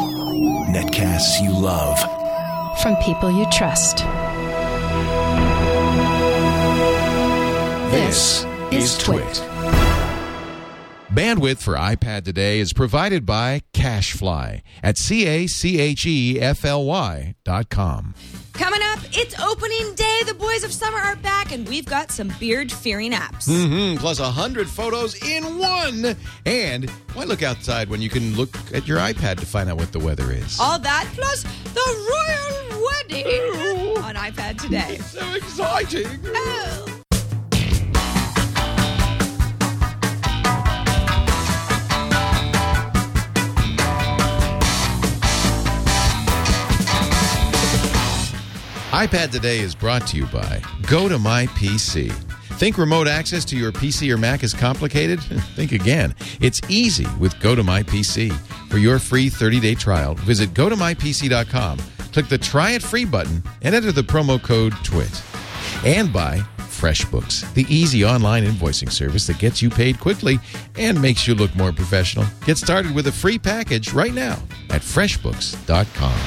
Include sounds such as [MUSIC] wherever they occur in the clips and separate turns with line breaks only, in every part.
Netcasts you love.
From people you trust.
This is Twit.
Bandwidth for iPad today is provided by CashFly at c a c h e f l y dot com.
Coming up, it's opening day. The boys of summer are back, and we've got some beard fearing apps.
Mm-hmm. Plus hundred photos in one, and why look outside when you can look at your iPad to find out what the weather is?
All that plus the royal wedding on iPad today.
[LAUGHS] so exciting!
Oh.
iPad Today is brought to you by Go to My PC. Think remote access to your PC or Mac is complicated? [LAUGHS] Think again. It's easy with Go to My PC. For your free 30-day trial, visit gotomypc.com, click the try it free button and enter the promo code TWIT. And by FreshBooks, the easy online invoicing service that gets you paid quickly and makes you look more professional. Get started with a free package right now at freshbooks.com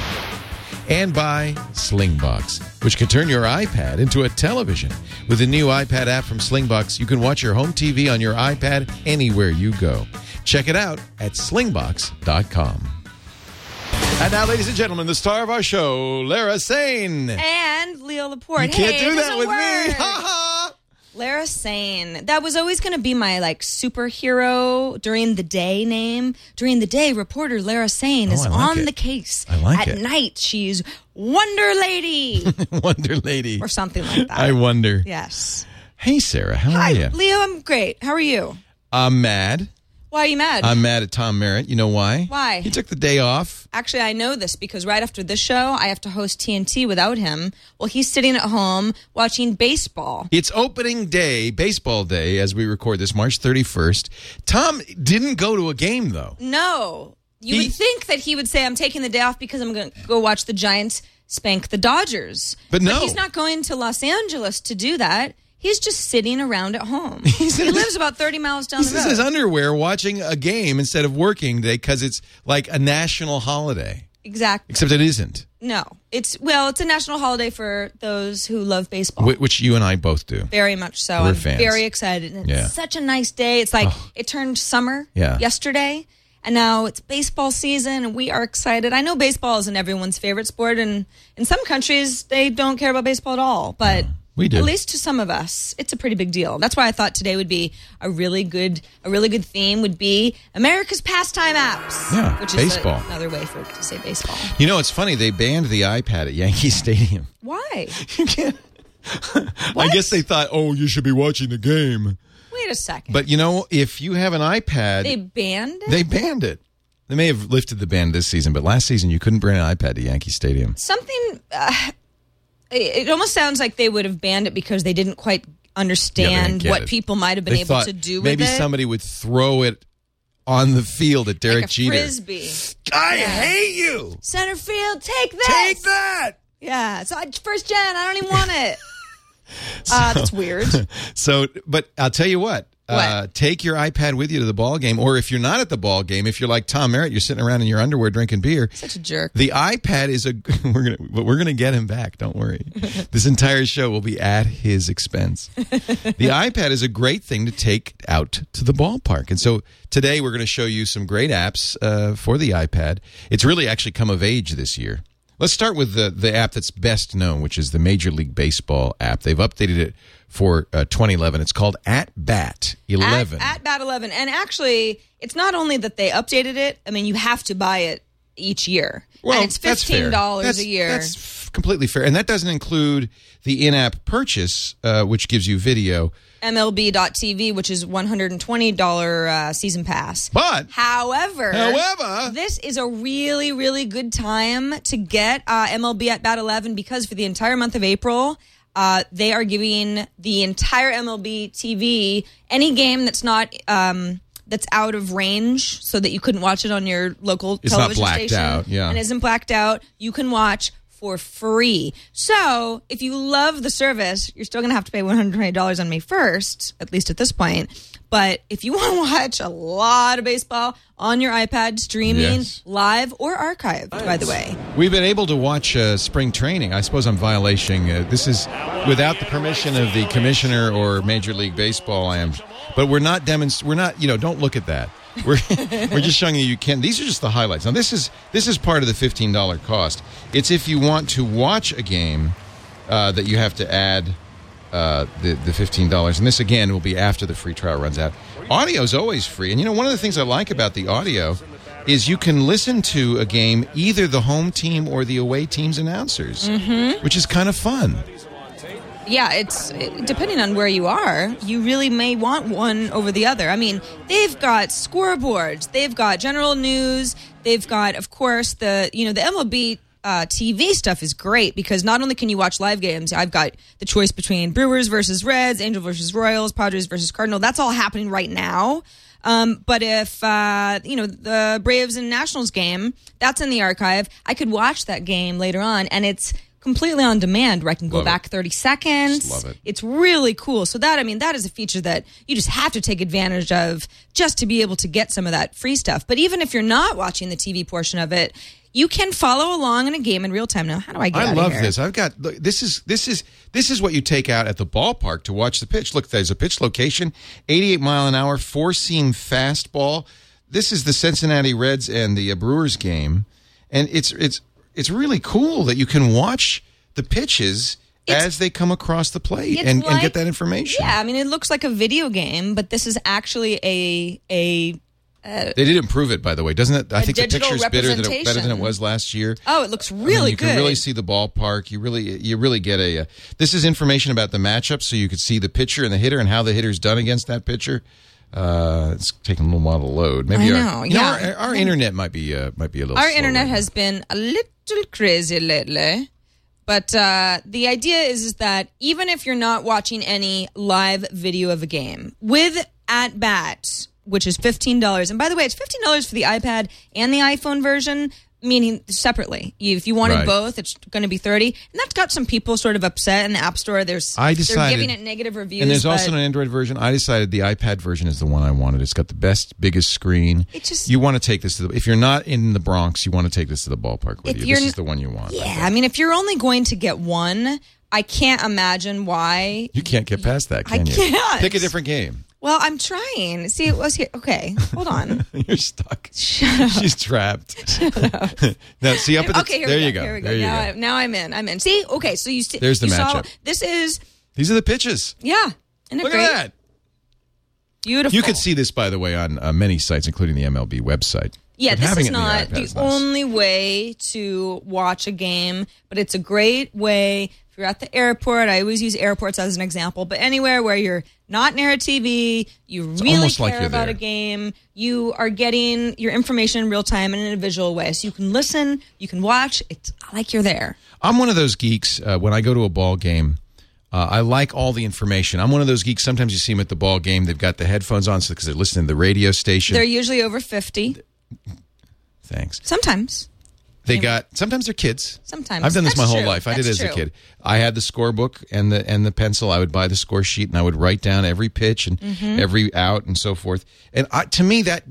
and by Slingbox, which can turn your iPad into a television. With the new iPad app from Slingbox, you can watch your home TV on your iPad anywhere you go. Check it out at slingbox.com. And now, ladies and gentlemen, the star of our show, Lara Sane.
And Leo Laporte.
you can't
Hey, it
do that
doesn't
with me. Ha
work.
[LAUGHS] ha.
Lara Sane. That was always going to be my like superhero during the day name. During the day, reporter Lara Sane is
Oh, I like
on
it.
the case.
I like
At
it.
night, she's Wonder Lady
[LAUGHS] Wonder Lady.
or something like that.
I Oh, wonder.
yes.
Hey, Sarah, how
Hi,
are you?
Leo. I'm great. How are you?
I'm mad.
Why are you mad?
I'm mad at Tom Merritt. You know why?
Why?
He took the day off.
Actually, I know this because right after this show, I have to host TNT without him. Well, he's sitting at home watching baseball.
It's opening day, baseball day, as we record this, March 31st. Tom didn't go to a game, though.
No. You
He-
would think that he would say, I'm taking the day off because I'm going to go watch the Giants spank the Dodgers.
But no.
he's not going to Los Angeles to do that. He's just sitting around at home.
[LAUGHS] He's
he
in his-
lives about 30 miles down
He's
the
in his
road.
underwear watching a game instead of working today because it's like a national holiday,
exactly.
except it isn't,
No. It's, well, it's a national holiday for those who love baseball.
whi- which you and I both do.
Very much so.
We're
I'm
fans.
very excited. And it's
Yeah. Oh.
such a nice day. It's like it turned summer
Yeah.
yesterday, and now it's baseball season, and we are excited. I know baseball isn't everyone's favorite sport, and in some countries, they don't care about baseball at all. But
we do.
At least to some of us, it's a pretty big deal. That's why I thought today would be a really good, a really good theme would be America's pastime apps.
Yeah,
which
baseball.
is another way for to say baseball.
You know, it's funny, they banned the iPad at Yankee [LAUGHS] Stadium.
Why?
You can't. [LAUGHS] I guess they thought, oh, you should be watching the game.
Wait a second.
But you know, if you have an iPad,
they banned it.
they banned it. They may have lifted the ban this season, but last season you couldn't bring an iPad to Yankee Stadium.
something uh, it it almost sounds like they would have banned it because they didn't quite
Yeah, they didn't
understand
get
what
it.
people might have been
They
able
thought
to do with
maybe
it.
somebody would throw it on the field at Derek
like a
Jeter.
frisbee.
I hate you.
Center field, take that.
Take that.
Yeah. So I, first gen, I don't even want
[LAUGHS]
it. uh, that's weird.
So, but I'll tell you what. Uh, take your iPad with you to the ball game, or if you're not at the ball game, if you're like Tom Merritt, you're sitting around in your underwear drinking beer.
Such a jerk.
The iPad is a [LAUGHS] we're gonna but we're gonna get him back. Don't
[LAUGHS]
worry. this entire show will be at his expense. the iPad is a great thing to take out to the ballpark, and so today we're going to show you some great apps uh, for the iPad. It's really actually come of age this year. Let's start with the the app that's best known, which is the Major League Baseball app. They've updated it for uh, 2011. It's called At Bat 11.
At, at Bat 11. And actually, it's not only that they updated it, I mean, you have to buy it each year. and it's
that's fair.
$15
That's-
a year.
That's f- completely fair, and that doesn't include the in-app purchase, uh, which gives you video.
MLB.TV, which is $120 uh, season pass.
But
However,
However-
this is a really, really good time to get uh, MLB at Bat 11 because for the entire month of April, uh, they are giving the entire MLB TV any game that's not um, that's out of range, so that you couldn't watch it on your local
It's not
television
blacked
station,
out, yeah.
and isn't blacked out. You can watch. For free. So if you love the service, you're still going to have to pay $120 on May 1st, at least at this point. But if you [LAUGHS] want to watch a lot of baseball on your iPad, streaming
Yes.
live or archived, by the way.
We've been able to watch uh, spring training. I suppose I'm violating. Uh, this is without the permission of the commissioner or Major League Baseball. I am, but we're not demonst- We're not. You know, don't look at that. We're [LAUGHS] we're just showing you you can. These are just the highlights. Now this is this is part of the fifteen dollar cost. It's if you want to watch a game uh, that you have to add uh, the the fifteen dollars. And this again will be after the free trial runs out. Audio is always free, and you know one of the things I like about the audio is you can listen to a game either the home team or the away team's announcers, which is kind of fun.
Yeah, it's depending on where you are, you really may want one over the other. I mean, they've got scoreboards, they've got general news, they've got, of course, the you know the MLB. Uh, TV stuff is great because not only can you watch live games, I've got the choice between Brewers versus Reds, Angel versus Royals, Padres versus Cardinal. That's all happening right now. Um, but if uh, you know the Braves and Nationals game, that's in the archive. I could watch that game later on, and it's completely on demand. Where I can go
Love it.
back 30 seconds.
Just love it.
It's really cool. So that I mean, that is a feature that you just have to take advantage of just to be able to get some of that free stuff. But even if you're not watching the TV portion of it, you can follow along in a game in real time. Now, how do I get?
I
outta
love
here?
this. I've got look, this is this is this is what you take out at the ballpark to watch the pitch. Look, there's a pitch location, 88 mile an hour, four seam fastball. This is the Cincinnati Reds and the uh, Brewers game, and it's it's it's really cool that you can watch the pitches
It's-
as they come across the plate
It's
and, and
like-
get that information.
Yeah, I mean, it looks like a video game, but this is actually a a
They did improve it, by the way, doesn't it? I
A
think the
digital
picture's better than it, better than it
representation.
was last year.
oh, it looks
I mean,
really
you
good.
can really see the ballpark. You really, you really get a. Uh, this is information about the matchup, so you could see the pitcher and the hitter and how the hitter's done against that pitcher. Uh, it's taking a little while to load. Maybe
I
our,
know,
you know,
yeah.
our, our internet might be uh, might be a little.
Our
slow
internet
right
has been a little crazy lately. But uh, the idea is, is that even if you're not watching any live video of a game, with At Bat, which is $15, and by the way, it's $15 for the iPad and the iPhone version, meaning separately. You, if you wanted
Right.
both, it's going to be 30 And that's got some people sort of upset in the App Store. There's,
I
they're
decided,
giving it negative reviews.
And there's also
but-
an Android version. I decided the iPad version is the one I wanted. It's got the best, biggest screen.
It just-
you want to take this to the. If you're not in the Bronx, you want to take this to the ballpark with
If
you.
you're
This
n-
is the one you want.
yeah, I mean, if you're only going to get one, I can't imagine why
You can't get past that,
I
can you?
can't.
Pick a different game.
Well, I'm trying. See, it was here. Okay,
[LAUGHS]
hold on.
You're stuck. She's trapped. [LAUGHS] now, see up at the
okay, here
there
we go.
you go.
Here we go.
There you
now,
go.
I, now I'm in. I'm in. See, okay. So you see,
There's the
you saw-
matchup.
This is
These are the pitches.
yeah. Isn't it
Look
great?
at that.
Beautiful.
You could see this, by the way, on uh, many sites, including the MLB website.
Yeah,
But
this
having
is
it in
not
iPad
the
is nice.
only way to watch a game, but it's a great way. If you're at the airport, I always use airports as an example, but anywhere where you're not near a TV, you really
almost
care
like you're
about
there.
a game, you are getting your information in real time and in a visual way. So you can listen, you can watch. It's like you're there.
I'm one of those geeks. Uh, when I go to a ball game, uh, I like all the information. I'm one of those geeks. Sometimes you see them at the ball game. They've got the headphones on because they're listening to the radio station.
They're usually over 50.
Thanks.
Sometimes.
They got sometimes they're kids.
Sometimes.
I've done this
That's
my whole
true.
life. I did as
That's
a
true.
kid. I had the scorebook and the and the pencil. I would buy the score sheet and I would write down every pitch and
Mm-hmm.
every out and so forth. And I, to me that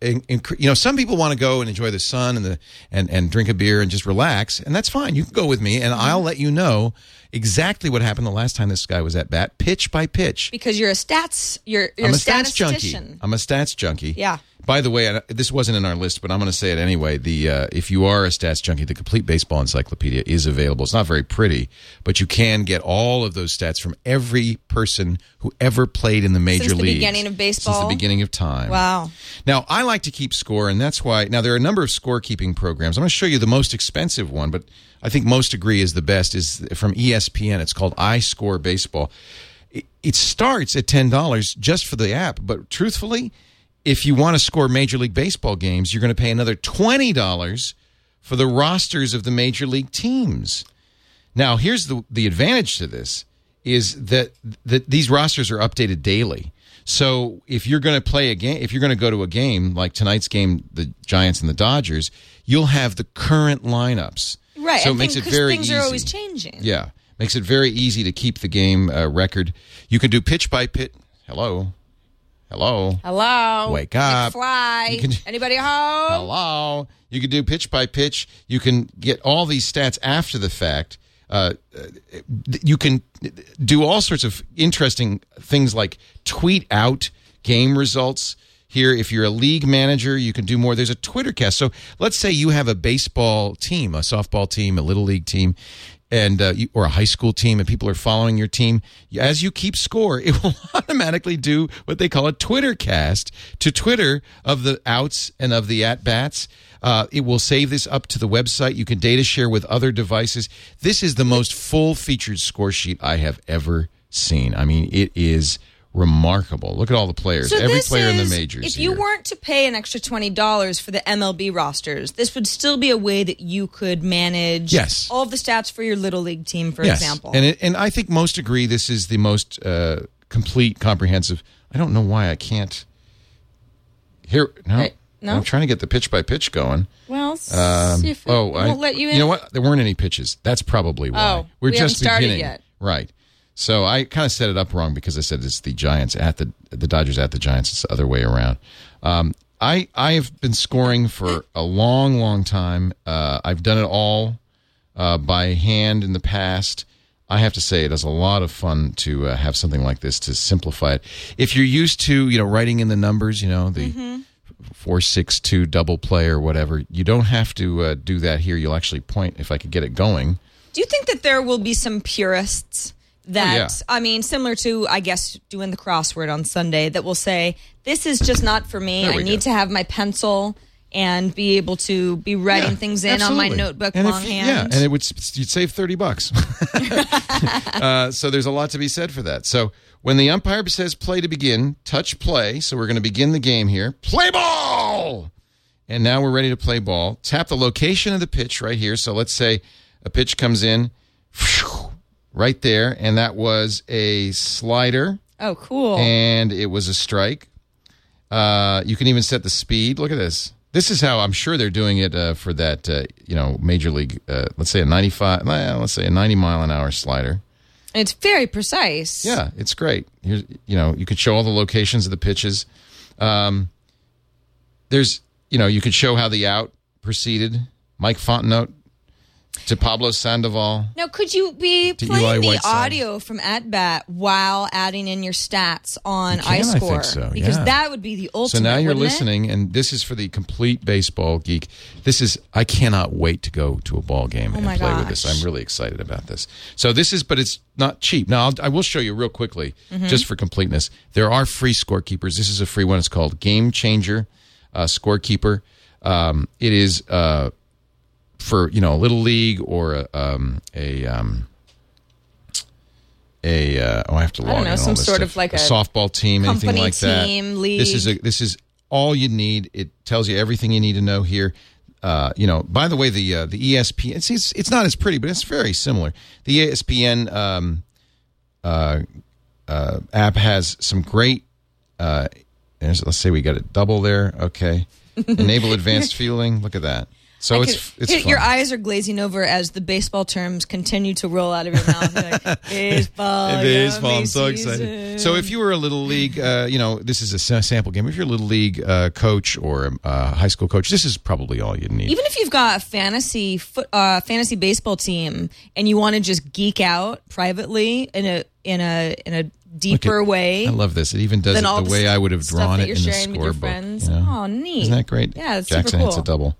in- in- you know some people want to go and enjoy the sun and the and and drink a beer and just relax and that's fine. You can go with me and
Mm-hmm.
I'll let you know exactly what happened the last time this guy was at bat pitch by pitch.
Because you're a stats, you're, you're
I'm a stats junkie.
statistician.
I'm a stats junkie.
Yeah.
By the way, I- this wasn't in our list, but I'm going to say it anyway. The uh, if you are a stats junkie, the complete baseball encyclopedia is available. It's not very pretty, but you can get all of those stats from every person who ever played in the major
the
leagues
beginning of
since
baseball?
the beginning of time.
Wow.
Now, I like to keep score, and that's why. Now, there are a number of scorekeeping programs. I'm going to show you the most expensive one, but I think most agree is the best. is from E ESPN. It's called I Score Baseball. It, it starts at ten dollars just for the app, but truthfully, if you want to score Major League Baseball games, you're going to pay another twenty dollars for the rosters of the major league teams. Now, here's the the advantage to this is that that these rosters are updated daily. So if you're going to play a game, if you're going to go to a game like tonight's game, the Giants and the Dodgers, you'll have the current lineups.
Right.
So it
and
makes
thing-
it
'cause
very
things
easy.
are always changing.
Yeah, makes it very easy to keep the game uh, record. You can do pitch by pitch. Hello, Hello.
Hello.
Wake up.
McFly.
You can-
Anybody home?
Hello. You can do pitch by pitch. You can get all these stats after the fact. Uh, uh, you can do all sorts of interesting things like tweet out game results. Here, if you're a league manager, you can do more. There's a Twitter cast. So let's say you have a baseball team, a softball team, a little league team, and uh, you, or a high school team, and people are following your team. As you keep score, it [LAUGHS] will automatically do what they call a Twitter cast to Twitter of the outs and of the at bats. Uh, it will save this up to the website. You can data share with other devices. This is the most full featured score sheet I have ever seen. I mean, it is remarkable. Look at all the players. Every
this
player in the
is-
majors.
If you
here.
weren't to pay an extra twenty dollars for the MLB rosters, this would still be a way that you could manage
Yes.
all of the stats for your little league team, for example.
And it, and I think most agree this is the most uh, complete, comprehensive. I don't know why I can't. Here, no,
Right. No?
I'm trying to get the pitch by pitch going.
well, s-
Um,
see if it
oh,
won't
I,
let you in.
know what? There weren't any pitches. That's probably why.
Oh,
We're
we haven't
just
started
beginning.
yet.
Right. So I kind of set it up wrong because I said it's the Giants at the the Dodgers at the Giants. It's the other way around. Um, I I have been scoring for a long, long time. Uh, I've done it all uh, by hand in the past. I have to say, it is a lot of fun to uh, have something like this to simplify it. If you're used to, you know, writing in the numbers, you know,
Mm-hmm.
the four six two double play or whatever. You don't have to uh, do that here. You'll actually point if I could get it going.
Do you think that there will be some purists that,
Oh, yeah.
I mean, similar to, I guess, doing the crossword on Sunday, that will say, this is just not for me.
There
I
we
need
go.
to have my pencil and be able to be writing
Yeah,
things in on my
absolutely.
notebook
And if-
longhand.
yeah, and it would s- you'd save thirty bucks. [LAUGHS] uh, so there's a lot to be said for that. So when the umpire says play to begin, touch play. So we're going to begin the game here. Play ball. And now we're ready to play ball. Tap the location of the pitch right here. So let's say a pitch comes in phew, right there, and that was a slider.
oh, cool.
and it was a strike. Uh, you can even set the speed. Look at this. This is how I'm sure they're doing it uh, for that, uh, you know, major league. Uh, let's say a 95, well, let's say a 90 mile an hour slider.
it's very precise.
Yeah, it's great. Here's, you know, you could show all the locations of the pitches. Um, there's, you know, you could show how the out proceeded. Mike Fontenot to Pablo Sandoval.
Now, could you be
To
playing
Eli
the
Whiteside.
audio from at bat while adding in your stats on
You can, I think
iScore?
so,
Because
yeah.
that would be the ultimate.
So now you're
wouldn't it?
listening, and this is for the complete baseball geek. This is I cannot wait to go to a ball game and
Oh my
play with this.
gosh.
I'm really excited about this. So this is, but it's not cheap. Now I'll, I will show you real quickly,
Mm-hmm.
just for completeness. There are free scorekeepers. This is a free one. It's called Game Changer uh, Scorekeeper. Um, it is uh, for you know a little league or a um, a. Um, a uh, oh, I have to log
don't
in
know,
all
some
this
sort
stuff.
of like a
softball team, anything
company
like that.
team,
This is a this is all you need. It tells you everything you need to know here. Uh, you know, by the way, the uh, the ESPN. See, it's it's not as pretty, but it's very similar. The E ESPN um, uh, uh, app has some great. Uh, there's, let's say we got it double there.
[LAUGHS]
Okay, enable advanced fielding. Look at that. So
I
it's
could-
it's
your- your
fun.
eyes are glazing over as the baseball terms continue to roll out of your mouth. You're
[LAUGHS]
like, baseball, yummy season."
So if you were a little league, uh, you know, this is a sa- sample game. If you're a little league uh, coach or a uh, high school coach, this is probably all you need.
even if you've got a fantasy foot, uh, fantasy baseball team and you want to just geek out privately in a in a in a deeper
Look at-
way
I love this. It even does it
than all
the
the
way I would have
stuff
drawn it
that you're
in the
sharing with your
scorebook.
friends.
you know?
Aw, neat.
Isn't that great?
Yeah, it's super
Jackson hits a
cool.
double.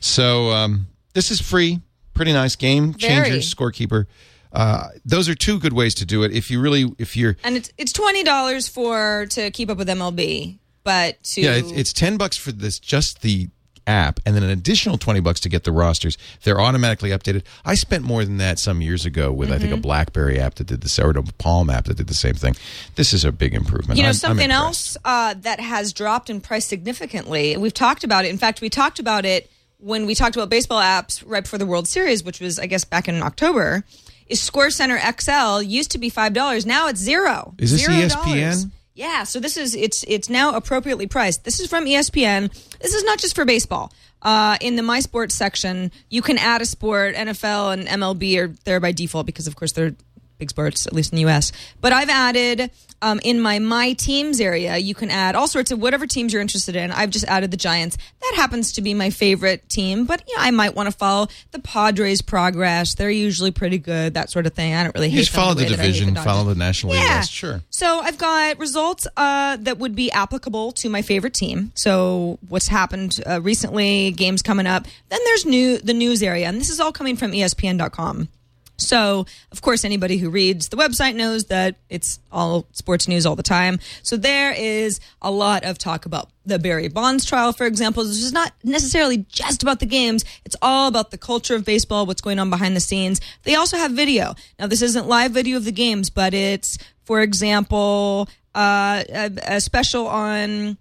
So um, this is free. Pretty nice game changer,
Very.
scorekeeper. Uh, those are two good ways to do it. If you really, if you're
and it's it's twenty dollars for to keep up with MLB, but to
Yeah, it's, it's ten bucks for this, just the app, and then an additional twenty bucks to get the rosters. They're automatically updated. I spent more than that some years ago with I think
Mm-hmm.
a BlackBerry app that did the same, or a Palm app that did the same thing. This is a big improvement.
You know,
I'm- I'm
something
impressed.
else uh, that has dropped in price significantly. We've talked about it. In fact, we talked about it when we talked about baseball apps right before the World Series, which was, I guess, back in October. Is Score Center XL used to be five dollars? Now it's zero.
Is this E
Zero
ESPN?
dollars. Yeah. So this is it's it's now appropriately priced. This is from E ESPN. This is not just for baseball. Uh, in the My Sports section, you can add a sport, NFL and MLB are there by default because, of course, they're big sports, at least in the U.S. But I've added um, in my my teams area, you can add all sorts of whatever teams you're interested in. I've just added the Giants. That happens to be my favorite team, but you know, I might want to follow the Padres' progress. They're usually pretty good, that sort of thing. I don't really
You
hate
just
them
follow the
way that I hate
division,
Dodgers.
follow the National League
Yeah.
West. Sure.
So I've got results uh, that would be applicable to my favorite team. So what's happened uh, recently, games coming up. Then there's new the news area, and this is all coming from E ESPN.com. So of course, anybody who reads the website knows that it's all sports news all the time. So there is a lot of talk about the Barry Bonds trial, for example. This is not necessarily just about the games. It's all about the culture of baseball, what's going on behind the scenes. They also have video. Now, this isn't live video of the games, but it's, for example, uh, a, a special on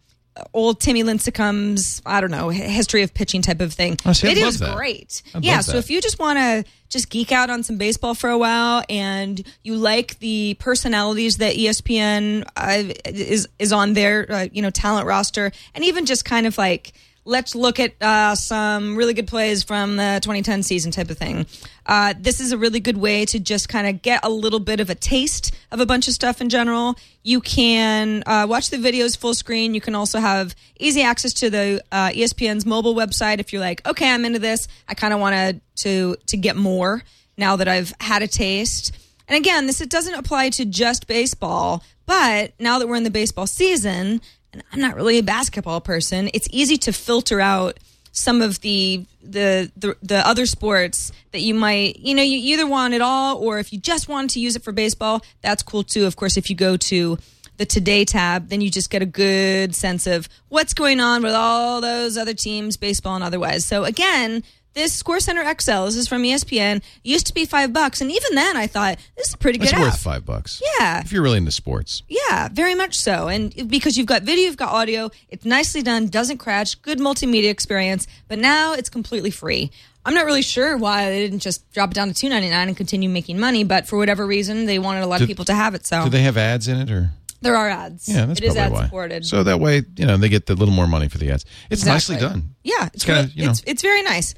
old Timmy Lincecum's, I don't know, hi- history of pitching type of thing.
I Oh, see, I'd
Video's
love that.
great.
I'd
yeah,
love
so
that.
if you just want to just geek out on some baseball for a while and you like the personalities that E ESPN uh, is is on their uh, you know talent roster and even just kind of like let's look at uh, some really good plays from the 2010 season type of thing. Uh, this is a really good way to just kind of get a little bit of a taste of a bunch of stuff in general. You can uh, watch the videos full screen. You can also have easy access to the uh, ESPN's mobile website if you're like, okay, I'm into this. I kind of want to to get more now that I've had a taste. And again, this it doesn't apply to just baseball, but now that we're in the baseball season, and I'm not really a basketball person, it's easy to filter out some of the the the, the other sports that you might you know you either want it all or if you just want to use it for baseball that's cool too of course if you go to the today tab then you just get a good sense of what's going on with all those other teams baseball and otherwise so again this score center xl this is from E espn used to be five bucks and even then i thought this is a pretty good
It's worth
app.
five bucks.
Yeah.
If you're really into sports.
Yeah, very much so. And because you've got video, you've got audio, it's nicely done, doesn't crash, good multimedia experience, but now it's completely free. I'm not really sure why they didn't just drop it down to 2.99 and continue making money, but for whatever reason, they wanted a lot
Do-
of people to have it, so
Do they have ads in it or?
there are ads.
Yeah, that's
Oh. it is
probably
ad
why.
supported.
So that way, you know, they get a little more money for the ads. It's
Exactly.
nicely done.
Yeah, it's
It's kinda,
really-
you know-
it's, it's very nice.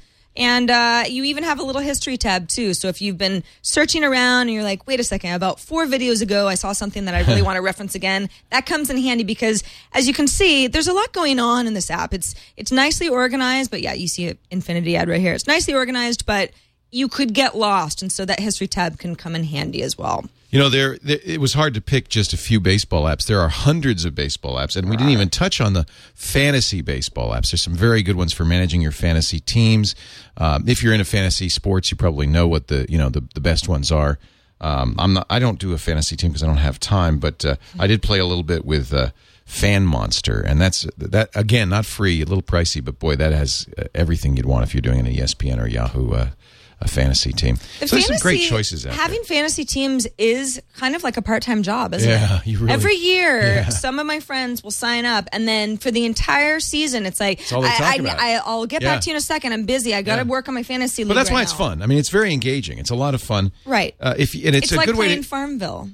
And uh, you even have a little history tab too. So if you've been searching around and you're like, wait a second, about four videos ago, I saw something that I
[LAUGHS]
really want to reference again. That comes in handy because, as you can see, there's a lot going on in this app. It's it's nicely organized, but yeah, you see an infinity ad right here. It's nicely organized, but you could get lost, and so that history tab can come in handy as well.
You know, there, there it was hard to pick just a few baseball apps. There are hundreds of baseball apps, and we didn't even touch on the fantasy baseball apps. There's some very good ones for managing your fantasy teams. Um, if you're into fantasy sports, you probably know what the you know the, the best ones are. Um, I'm not. I don't do a fantasy team because I don't have time, but uh,
Mm-hmm.
I did play a little bit with. Uh, Fan Monster, and that's that again, not free, a little pricey, but boy, that has uh, everything you'd want if you're doing an E ESPN or Yahoo uh, a fantasy team.
The
so there's some great
fantasy-
choices out there.
Having fantasy teams is kind of like a part-time job, isn't
Yeah,
it?
you really-
Every year, some of my friends will sign up, and then for the entire season, it's like
all they talk
I,
about.
I, I, I'll get
Yeah.
back to you in a second. I'm busy. I got to
Yeah.
work on my fantasy league.
But that's
right
why it's
now.
fun. I mean, it's very engaging. It's a lot of fun.
Right.
Uh, if and it's,
It's,
a
like
good way
playing
to
Farmville.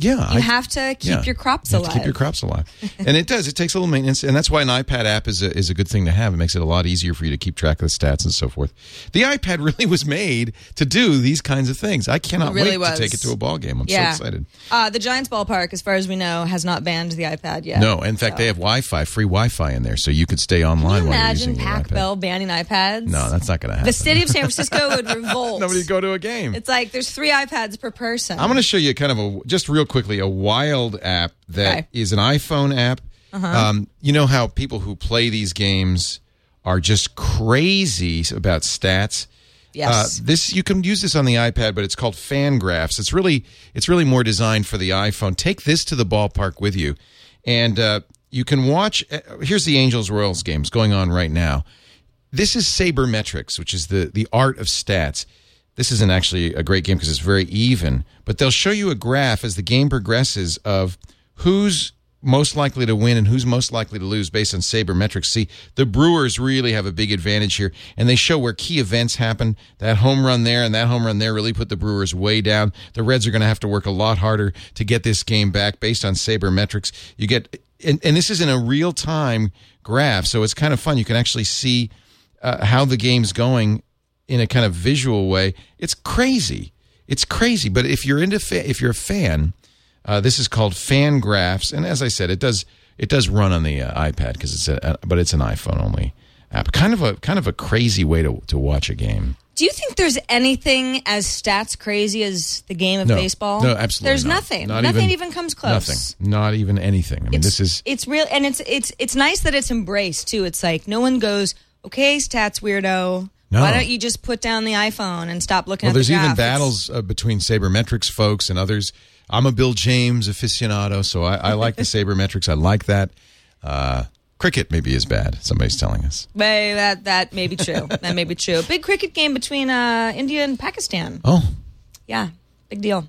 yeah.
You have to keep your crops
you have
alive.
To keep your crops alive,
[LAUGHS]
and it does. It takes a little maintenance, and that's why an iPad app is a, is a good thing to have. It makes it a lot easier for you to keep track of the stats and so forth. The iPad [LAUGHS] really was made to do these kinds of things. I cannot
It really
wait
was.
to take it to a ball game. I'm
yeah.
so excited.
Uh, the Giants ballpark, as far as we know, has not banned the iPad yet.
No, in fact, they have Wi-Fi, free Wi-Fi in there, so you could stay online
Can you
while you're
imagine
using your
Pac
iPad.
Bell banning iPads.
No, that's not going to happen.
the
[LAUGHS]
city of San Francisco would revolt.
Nobody would go to a game.
It's like there's three iPads per person.
I'm going to show you kind of a just real quickly a wild app that
Okay. Uh-huh.
is an iPhone app. Um, you know how people who play these games are just crazy about stats.
Yes.
Uh, this you can use this on the iPad, but it's called Fangraphs. It's really it's really more designed for the iPhone. Take this to the ballpark with you, and uh, you can watch. Uh, here's the Angels Royals games going on right now. This is sabermetrics, which is the the art of stats. This isn't actually a great game because it's very even, but they'll show you a graph as the game progresses of who's most likely to win and who's most likely to lose based on sabermetrics. See, the Brewers really have a big advantage here, and they show where key events happen. That home run there and that home run there really put the Brewers way down. The Reds are going to have to work a lot harder to get this game back based on sabermetrics. You get, and, and this is in a real time graph, so it's kind of fun. You can actually see uh, how the game's going in a kind of visual way. It's crazy. It's crazy, but if you're into fa- if you're a fan, uh, this is called Fan Graphs, and as I said, it does it does run on the uh, iPad because it's a, uh, but it's an iPhone only app. Kind of a kind of a crazy way to to watch a game.
Do you think there's anything as stats crazy as the game of
No,
baseball?
no, absolutely.
There's
not.
nothing.
Not
nothing even, comes close.
Nothing. Not even anything. I mean,
It's,
this is
it's real, and it's it's it's nice that it's embraced too. It's like no one goes, okay, stats weirdo.
No.
Why don't you just put down the iPhone and stop looking
Well,
at the
there's even
graph? It's-
battles uh, between sabermetrics folks and others. I'm a Bill James aficionado, so I, I
[LAUGHS]
like the sabermetrics. I like that. Uh, cricket maybe is bad. Somebody's telling us.
May- that that may be true. [LAUGHS] that may be true. Big cricket game between uh, India and Pakistan.
Oh,
Yeah, big deal.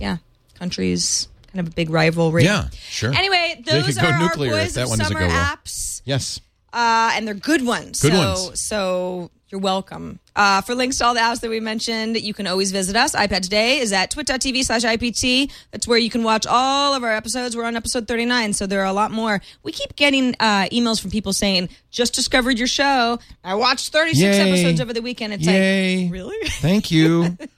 Yeah, countries kind of a big rivalry.
Mm-hmm. yeah, sure.
Anyway,
They
those
could go
are our
nuclear if
boys
that
of
one doesn't
summer
go well.
apps,
yes,
uh, and they're good ones.
Good
so,
ones.
So you're welcome. Uh, for links to all the apps that we mentioned, you can always visit us. iPad Today is at twit.tv slash IPT. That's where you can watch all of our episodes. We're on episode 39, so there are a lot more. We keep getting uh, emails from people saying, just discovered your show. I watched 36
Yay.
episodes over the weekend. It's
Yay.
like, really?
Thank you,
[LAUGHS]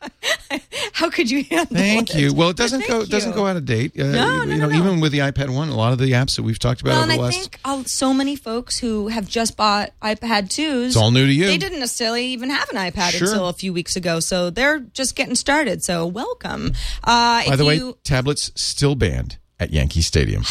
How could you handle
thank
it?
you.
[LAUGHS]
Well, it doesn't
Thank
go it doesn't
you.
go out of date. Uh,
No, no,
you know,
no, no.
even with the iPad one, a lot of the apps that we've talked about
Well,
over
and
the
I
last
think all, so many folks who have just bought iPad 2s.
It's all new to you.
They didn't necessarily even have an iPad
Sure.
until a few weeks ago, so they're just getting started. So welcome. Uh,
By
if
the
you,
way, tablets still banned at Yankee Stadium.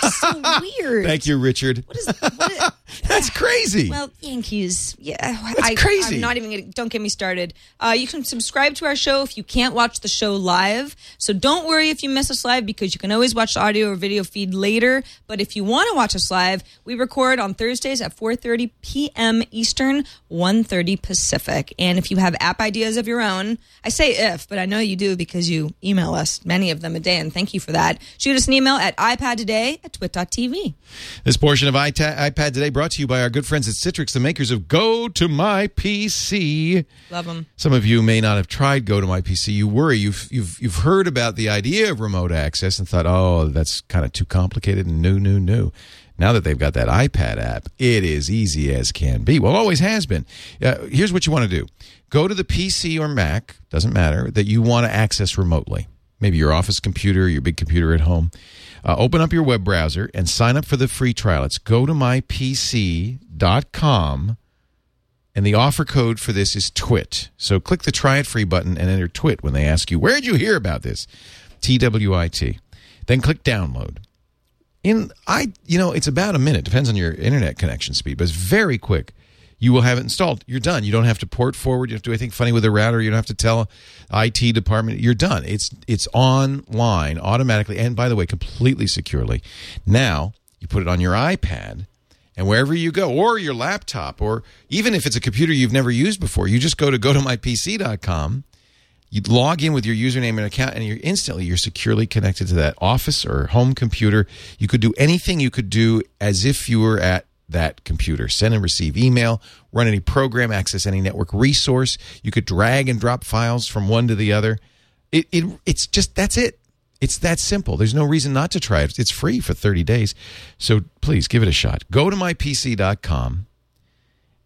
that's
[LAUGHS]
so weird.
Thank you, Richard.
What is, what is,
That's crazy.
well, Yankees. Yeah,
That's
I,
crazy.
I'm not even. Gonna, don't get me started. Uh, you can subscribe to our show if you can't watch the show live. So don't worry if you miss us live because you can always watch the audio or video feed later. But if you want to watch us live, we record on Thursdays at 4:30 p.m. Eastern, 1:30 Pacific. And if you have app ideas of your own, I say if, but I know you do because you email us many of them a day, and thank you for that. Shoot us an email at iPadToday at twit.tv.
This portion of iTA- iPad Today brought to you by our good friends at Citrix, the makers of Go to My PC.
Love them.
Some of you may not have tried Go to My PC. You worry you've you've you've heard about the idea of remote access and thought, "Oh, that's kind of too complicated and new, new, new." Now that they've got that iPad app, it is easy as can be. Well, always has been. Uh, here's what you want to do: go to the PC or Mac, doesn't matter, that you want to access remotely. Maybe your office computer, your big computer at home. Uh, open up your web browser and sign up for the free trial. It's go to mypc.com and the offer code for this is TWIT. So click the try it free button and enter TWIT when they ask you, where'd you hear about this? T W I T. Then click download. In I you know, it's about a minute, depends on your internet connection speed, but it's very quick. You will have it installed. You're done. You don't have to port forward. You don't have to do anything funny with the router. You don't have to tell IT department. You're done. It's it's online automatically and by the way, completely securely. Now you put it on your iPad and wherever you go, or your laptop, or even if it's a computer you've never used before, you just go to go to mypc.com. You log in with your username and account, and you're instantly you're securely connected to that office or home computer. You could do anything you could do as if you were at that computer. Send and receive email, run any program, access any network resource. You could drag and drop files from one to the other. It, it it's just that's it. It's that simple. There's no reason not to try it. It's free for 30 days. So please give it a shot. Go to mypc.com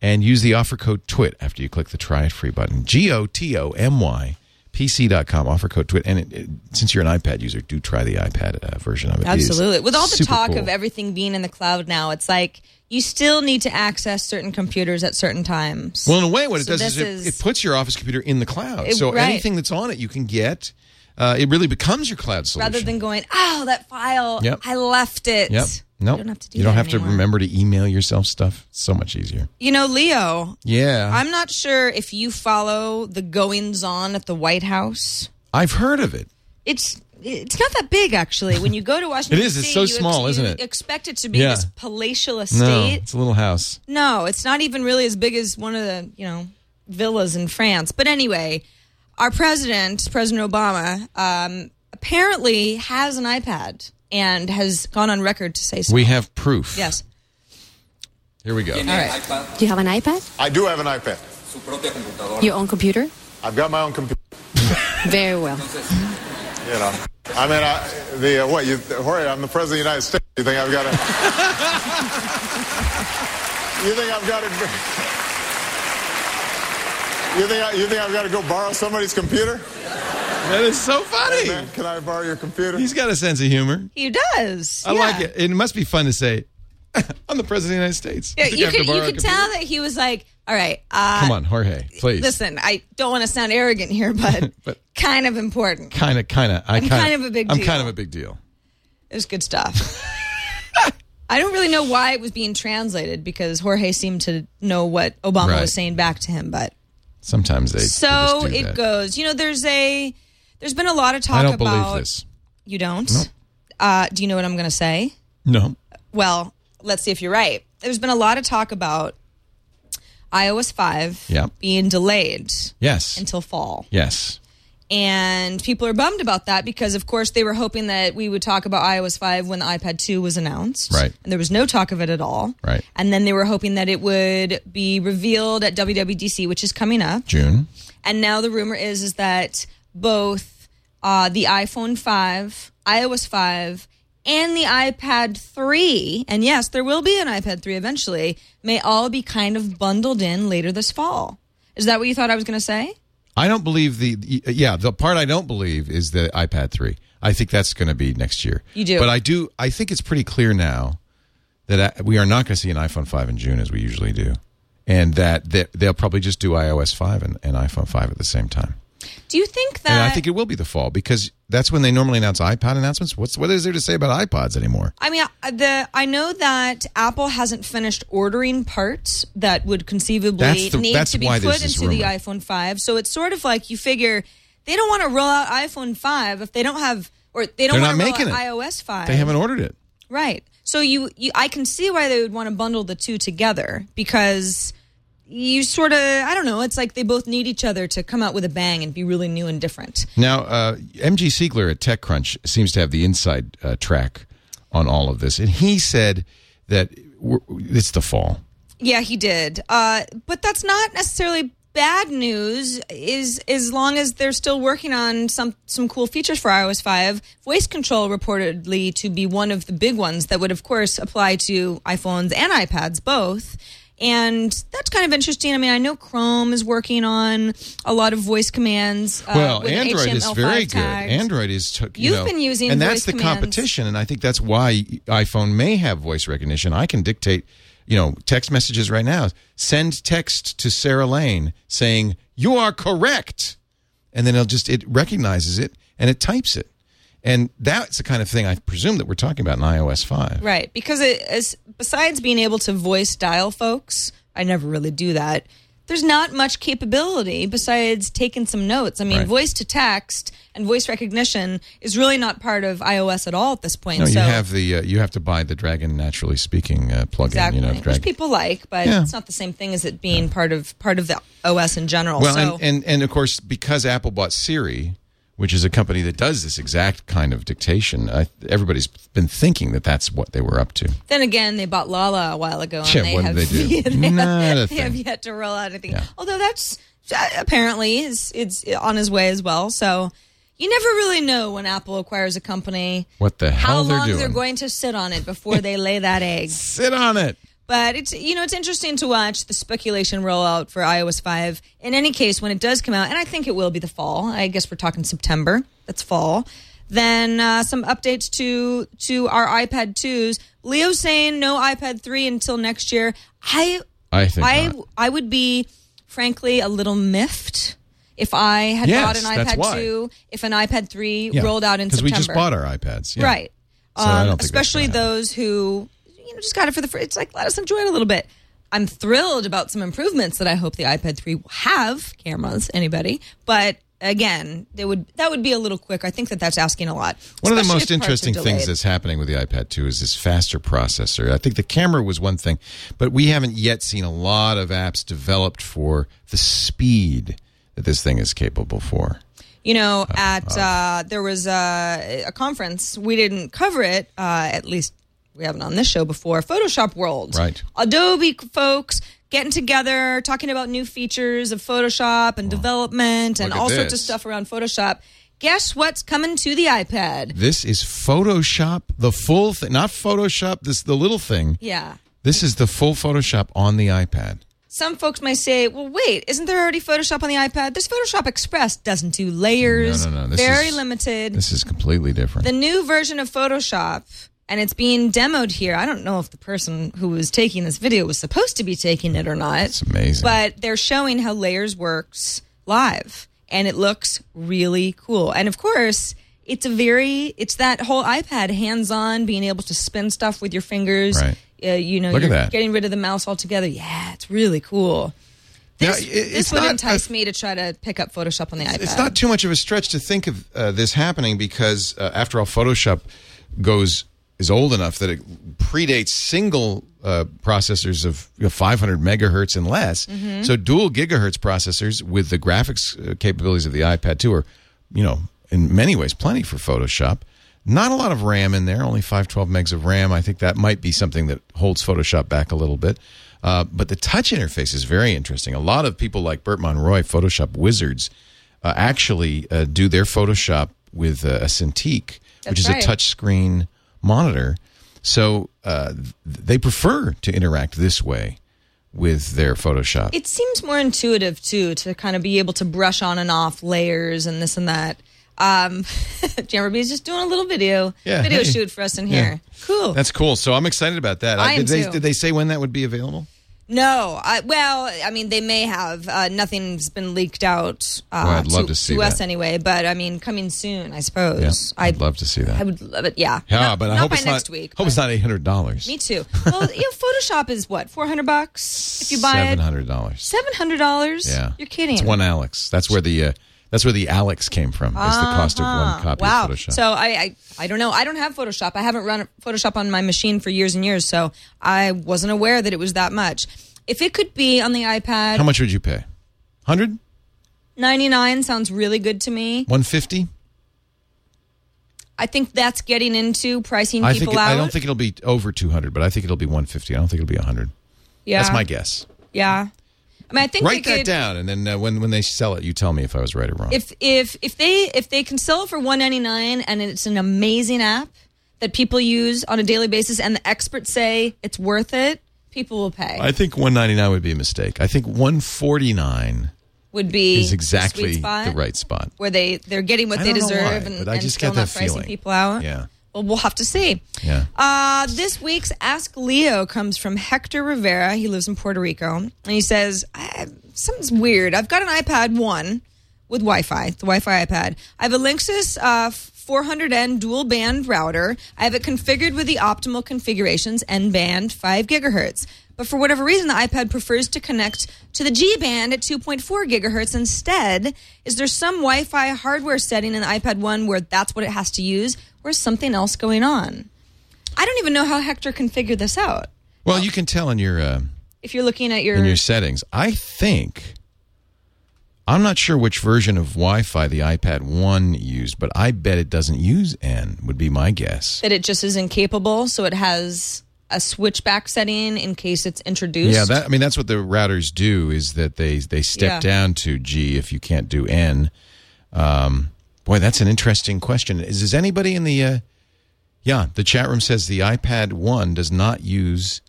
and use the offer code TWIT after you click the try it free button. G O T O M Y PC.com, offer code TWIT. And it, it- since you're an iPad user, do try the iPad uh, version of it. It is
Absolutely. With all the
super
talk
cool.
of everything being in the cloud now, it's like you still need to access certain computers at certain times.
Well, in a way, what it
So
does is,
this
it,
is-
it puts your office computer in the cloud.
It-
so
right.
anything that's on it, you can get. Uh, it really becomes your cloud solution.
Rather than going, oh, that file,
Yep.
I left it.
Yep. No,
You don't have to do
You don't
that
have
anymore.
to remember to email yourself stuff. It's so much easier.
You know, Leo,
Yeah.
I'm not sure if you follow the goings on at the White House.
I've heard of it.
It's it's not that big actually. When you go to
[LAUGHS]
Washington,
It is. It's
DC,
so
you
small,
you
isn't it?
Expect it to be
Yeah.
this palatial
No,
estate.
it's a little house.
No, it's not even really as big as one of the, you know, villas in France. But anyway, our president, President Obama, um, apparently has an iPad and has gone on record to say so.
We have proof.
yes.
Here we go.
All right.
Do you have an iPad?
I do have an iPad.
Your own computer?
I've got my own computer.
Very well.
You know, I mean, I, the uh, what you, Jorge, I'm the president of the United States. You think I've got a? [LAUGHS] you think I've got to? You think I, you think I've got to go borrow somebody's computer?
That is so funny.
Man, can I borrow your computer?
He's got a sense of humor.
He does.
I
yeah.
like it. It must be fun to say, [LAUGHS] I'm the president of the United States.
Yeah,
I think
you
I have to
could you
borrow a
could
computer.
tell that he was like, all right, uh,
Come on, Jorge, please.
listen, I don't want to sound arrogant here, but,
[LAUGHS] But-
kind of important.
Kind of, kind of. I'm
kind of a big
I'm
deal.
kind of a big deal.
It was good stuff. I don't really know why it was being translated because Jorge seemed to know what Obama
Right.
was saying back to him, but
Sometimes they. they just
so
do
it
that.
goes. You know, there's a there's been a lot of talk
I don't
about
believe this.
you don't. Uh, do you know what I'm going to say?
No.
Well, let's see if you're right. There's been a lot of talk about iOS 5
Yeah.
being delayed
Yes.
until fall.
yes.
And people are bummed about that because, of course, they were hoping that we would talk about iOS 5 when the iPad 2 was announced.
Right.
And there was no talk of it at all.
Right.
And then they were hoping that it would be revealed at WWDC, which is coming up.
June.
And now the rumor is is that both uh, the iPhone 5, iOS 5, and the iPad 3, and yes, there will be an iPad 3 eventually, may all be kind of bundled in later this fall. Is that what you thought I was going to say?
I don't believe the, the- yeah the part I don't believe is the iPad three. I think that's going to be next year.
You do?
but I do. I think it's pretty clear now that I, we are not going to see an iPhone five in June as we usually do, and that they, they'll probably just do iOS five and, and iPhone five at the same time.
Do you think that
and I think it will be the fall because that's when they normally announce iPod announcements. What's what is there to say about iPods anymore?
I mean, I- the I know that Apple hasn't finished ordering parts that would conceivably
That's the-
need
that's
to be
why
put
this is
into the
rumored.
iPhone 5. So it's sort of like you figure they don't want to roll out iPhone 5 if they don't have or they don't
They're
want
not
to roll
making
out
it.
iOS 5.
They haven't ordered it.
Right. So you, you I can see why they would want to bundle the two together because you sort of I don't know, it's like they both need each other to come out with a bang and be really new and different.
Now, uh, MG Siegler at TechCrunch seems to have the inside uh, track on all of this, and he said that we're, it's the fall.
Yeah, he did. Uh, but that's not necessarily bad news. Is as long as they're still working on some some cool features for iOS five. Voice control reportedly to be one of the big ones that would, of course, apply to iPhones and iPads both. And that's kind of interesting. I mean, I know Chrome is working on a lot of voice commands. Uh,
Well,
with
Android is
HTML5
very
tags.
good. Android is took. You
You've
know,
been using
and
voice
that's the
commands.
competition, and I think that's why iPhone may have voice recognition. I can dictate, you know, text messages right now. Send text to Sarah Lane saying you are correct, and then it'll just it recognizes it and it types it, and that's the kind of thing I presume that we're talking about in iOS five.
Right, because it is besides being able to voice dial folks, I never really do that. There's not much capability besides taking some notes. I mean,
Right.
voice to text and voice recognition is really not part of iOS at all at this point.
No, you
so
have the uh, you have to buy the Dragon Naturally Speaking uh, plugin.
exactly,
You know,
which
Dragon.
people like, but
Yeah.
it's not the same thing as it being part of part of the OS in general.
Well,
so
and, and and of course, because Apple bought Siri, which is a company that does this exact kind of dictation, I, everybody's been thinking that that's what they were up to.
then again, they bought Lala a while ago, and
Yeah,
they
what
have
did
[LAUGHS]
they do?
they
Not a
have, they have
thing.
yet to roll out anything.
Yeah.
Although that's uh, apparently is it's on his way as well. So you never really know when Apple acquires a company
What the
how
hell they're
long
doing?
they're going to sit on it before they lay
[LAUGHS]
that egg.
Sit on it.
But it's you know it's interesting to watch the speculation rollout for iOS five. In any case, when it does come out, and I think it will be the fall. I guess we're talking September. That's fall. Then uh, some updates to to our iPad twos. Leo's saying no iPad three until next year. I
I think
I
not.
I would be frankly a little miffed if I had
Yes,
bought an
that's
iPad
why.
two if an iPad three
Yeah.
rolled out in
because
September.
we just bought our iPads, yeah.
Right. Um,
So I don't think that's
especially
gonna happen.
those who you know just got it for the free. It's like let us enjoy it a little bit. I'm thrilled about some improvements that I hope the iPad 3 will have cameras. Anybody, but again, they would that would be a little quick. I think that that's asking a lot.
One of the most
especially if parts are
interesting things
delayed.
that's happening with the iPad 2 is this faster processor. I think the camera was one thing, but we haven't yet seen a lot of apps developed for the speed that this thing is capable for.
You know, at uh, there was a, a conference. We didn't cover it. Uh, at least we haven't on this show before. Photoshop World,
Right.
Adobe folks getting together, talking about new features of Photoshop and development, and
look at
all sorts of
this.
stuff around Photoshop. Guess what's coming to the iPad?
This is Photoshop, the full thing, not Photoshop, this the little thing.
Yeah.
This is the full Photoshop on the iPad.
some folks might say, well, wait, isn't there already Photoshop on the iPad? This Photoshop Express doesn't do layers.
No, no, no. This
very
is-
limited.
This is completely different.
the new version of Photoshop, and it's being demoed here. I don't know if the person who was taking this video was supposed to be taking it or not.
It's amazing.
But they're showing how layers works live, and it looks really cool. And of course, it's a very it's that whole iPad hands-on, being able to spin stuff with your fingers.
Right.
Uh, you know,
Look at
you're
that.
getting rid of the mouse altogether. Yeah, it's really cool.
Now,
This,
it-
this
it's
would
not a-
entice me to try to pick up Photoshop on the iPad.
It's not too much of a stretch to think of uh, this happening because, uh, after all, Photoshop goes is old enough that it predates single uh, processors of you know, 500 megahertz and less. So dual gigahertz processors with the graphics uh, capabilities of the iPad 2 are, you know, in many ways plenty for Photoshop. Not a lot of RAM in there, only 512 megs of RAM. I think that might be something that holds Photoshop back a little bit. Uh, but the touch interface is very interesting. A lot of people like Burt Monroy, Photoshop wizards, uh, actually uh, do their Photoshop with uh, a Cintiq, which
That's
is
right.
a touch screen monitor. So uh, th- they prefer to interact this way with their Photoshop.
it seems more intuitive too to kind of be able to brush on and off layers and this and that. Um, [LAUGHS] Jammer B is just doing a little video
Yeah,
video
hey.
shoot for us in
Yeah.
here. Cool.
That's cool. So I'm excited about that. Uh,
I am
did, they,
too.
did they say when that would be available?
no, I, well, I mean, they may have. Uh, nothing's been leaked out. Uh,
Well, I'd love to see
us
that.
anyway, but I mean, coming soon, I
Yeah,
suppose.
I'd love to see that.
I would love it. Yeah.
yeah,
Not-
but I
not
hope
by
it's
next
not.
week.
hope it's
but-
not eight hundred dollars.
Me too. Well, you know, Photoshop is what four hundred bucks if you
[LAUGHS]
buy
Seven
it.
hundred dollars.
Seven hundred dollars.
Yeah,
You're kidding.
It's one Alex. That's where the uh, that's where the Alex came from. Is the cost of one copy
Uh-huh. wow.
of Photoshop.
So I, I I don't know. I don't have Photoshop. I haven't run Photoshop on my machine for years and years, so I wasn't aware that it was that much. If it could be on the iPad,
How much would you pay? Hundred?
99 sounds really good to me.
One fifty?
I think that's getting into pricing
I
people
think
out.
I don't think it'll be over two hundred, but I think it'll be one fifty. I don't think it'll be hundred.
yeah.
That's my guess.
Yeah. I mean, I think
Write
they
that
could,
down, and then uh, when when they sell it, you tell me if I was right or wrong.
If if if they if they can sell it for 199 and it's an amazing app that people use on a daily basis and the experts say it's worth it, people will pay.
I think one ninety nine would be a mistake. I think one forty nine
would be
is
the
exactly
sweet spot.
the right spot.
where they they're getting what
I
they
don't know
deserve
why,
and,
but I
and
just
still
got
not
that
pricing
feeling.
people out.
Yeah.
Well, we'll have to see.
Yeah.
Uh, this week's Ask Leo comes from Hector Rivera. He lives in Puerto Rico, and he says I, something's weird. I've got an iPad one with Wi-Fi, the Wi-Fi iPad. I have a Linksys uh, 400N dual band router. I have it configured with the optimal configurations N band, five gigahertz. But for whatever reason, the iPad prefers to connect to the G band at 2.4 gigahertz instead. Is there some Wi Fi hardware setting in the iPad 1 where that's what it has to use, or is something else going on? I don't even know how Hector can figure this out.
Well, you can tell in your uh,
If you're looking at your,
in your settings. I think I'm not sure which version of Wi-Fi the iPad One used, but I bet it doesn't use N. Would be my guess.
that it just is incapable, so it has a switchback setting in case it's introduced.
Yeah, that I mean that's what the routers do is that they they step
Yeah.
down to G if you can't do N. Um, boy, that's an interesting question. Is is anybody in the uh, yeah, the chat room says the iPad 1 does not use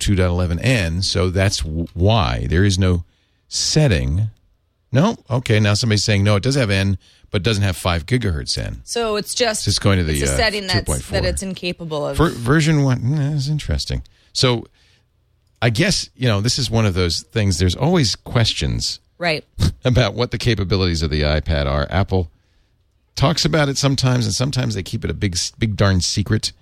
802.11n, so that's w- why there is no setting. No, okay, now somebody's saying no, it does have n but doesn't have 5 gigahertz n.
so it's just
It's just going to the,
it's a
uh,
setting that's,
2.4.
that it's incapable of.
Ver- version one mm, that is interesting. So, I guess you know this is one of those things. There's always questions
right.
about what the capabilities of the iPad are. Apple talks about it sometimes, and sometimes they keep it a big, big darn secret.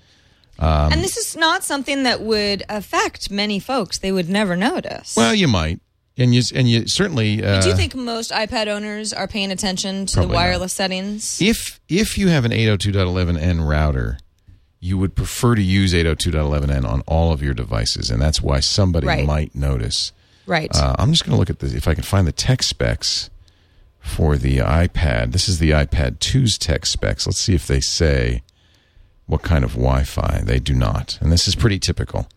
Um,
and this is not something that would affect many folks. They would never notice.
Well, you might, and you and you certainly. Uh,
Do you think most iPad owners are paying attention to the
Probably not.
wireless settings?
if if you have an 802.11n router, you would prefer to use 802.11n on all of your devices, and that's why somebody
Right.
might notice.
Right.
Uh, I'm just going to look at the if I can find the tech specs for the iPad. This is the iPad 2's tech specs. Let's see if they say what kind of Wi-Fi. They do not, and this is pretty typical.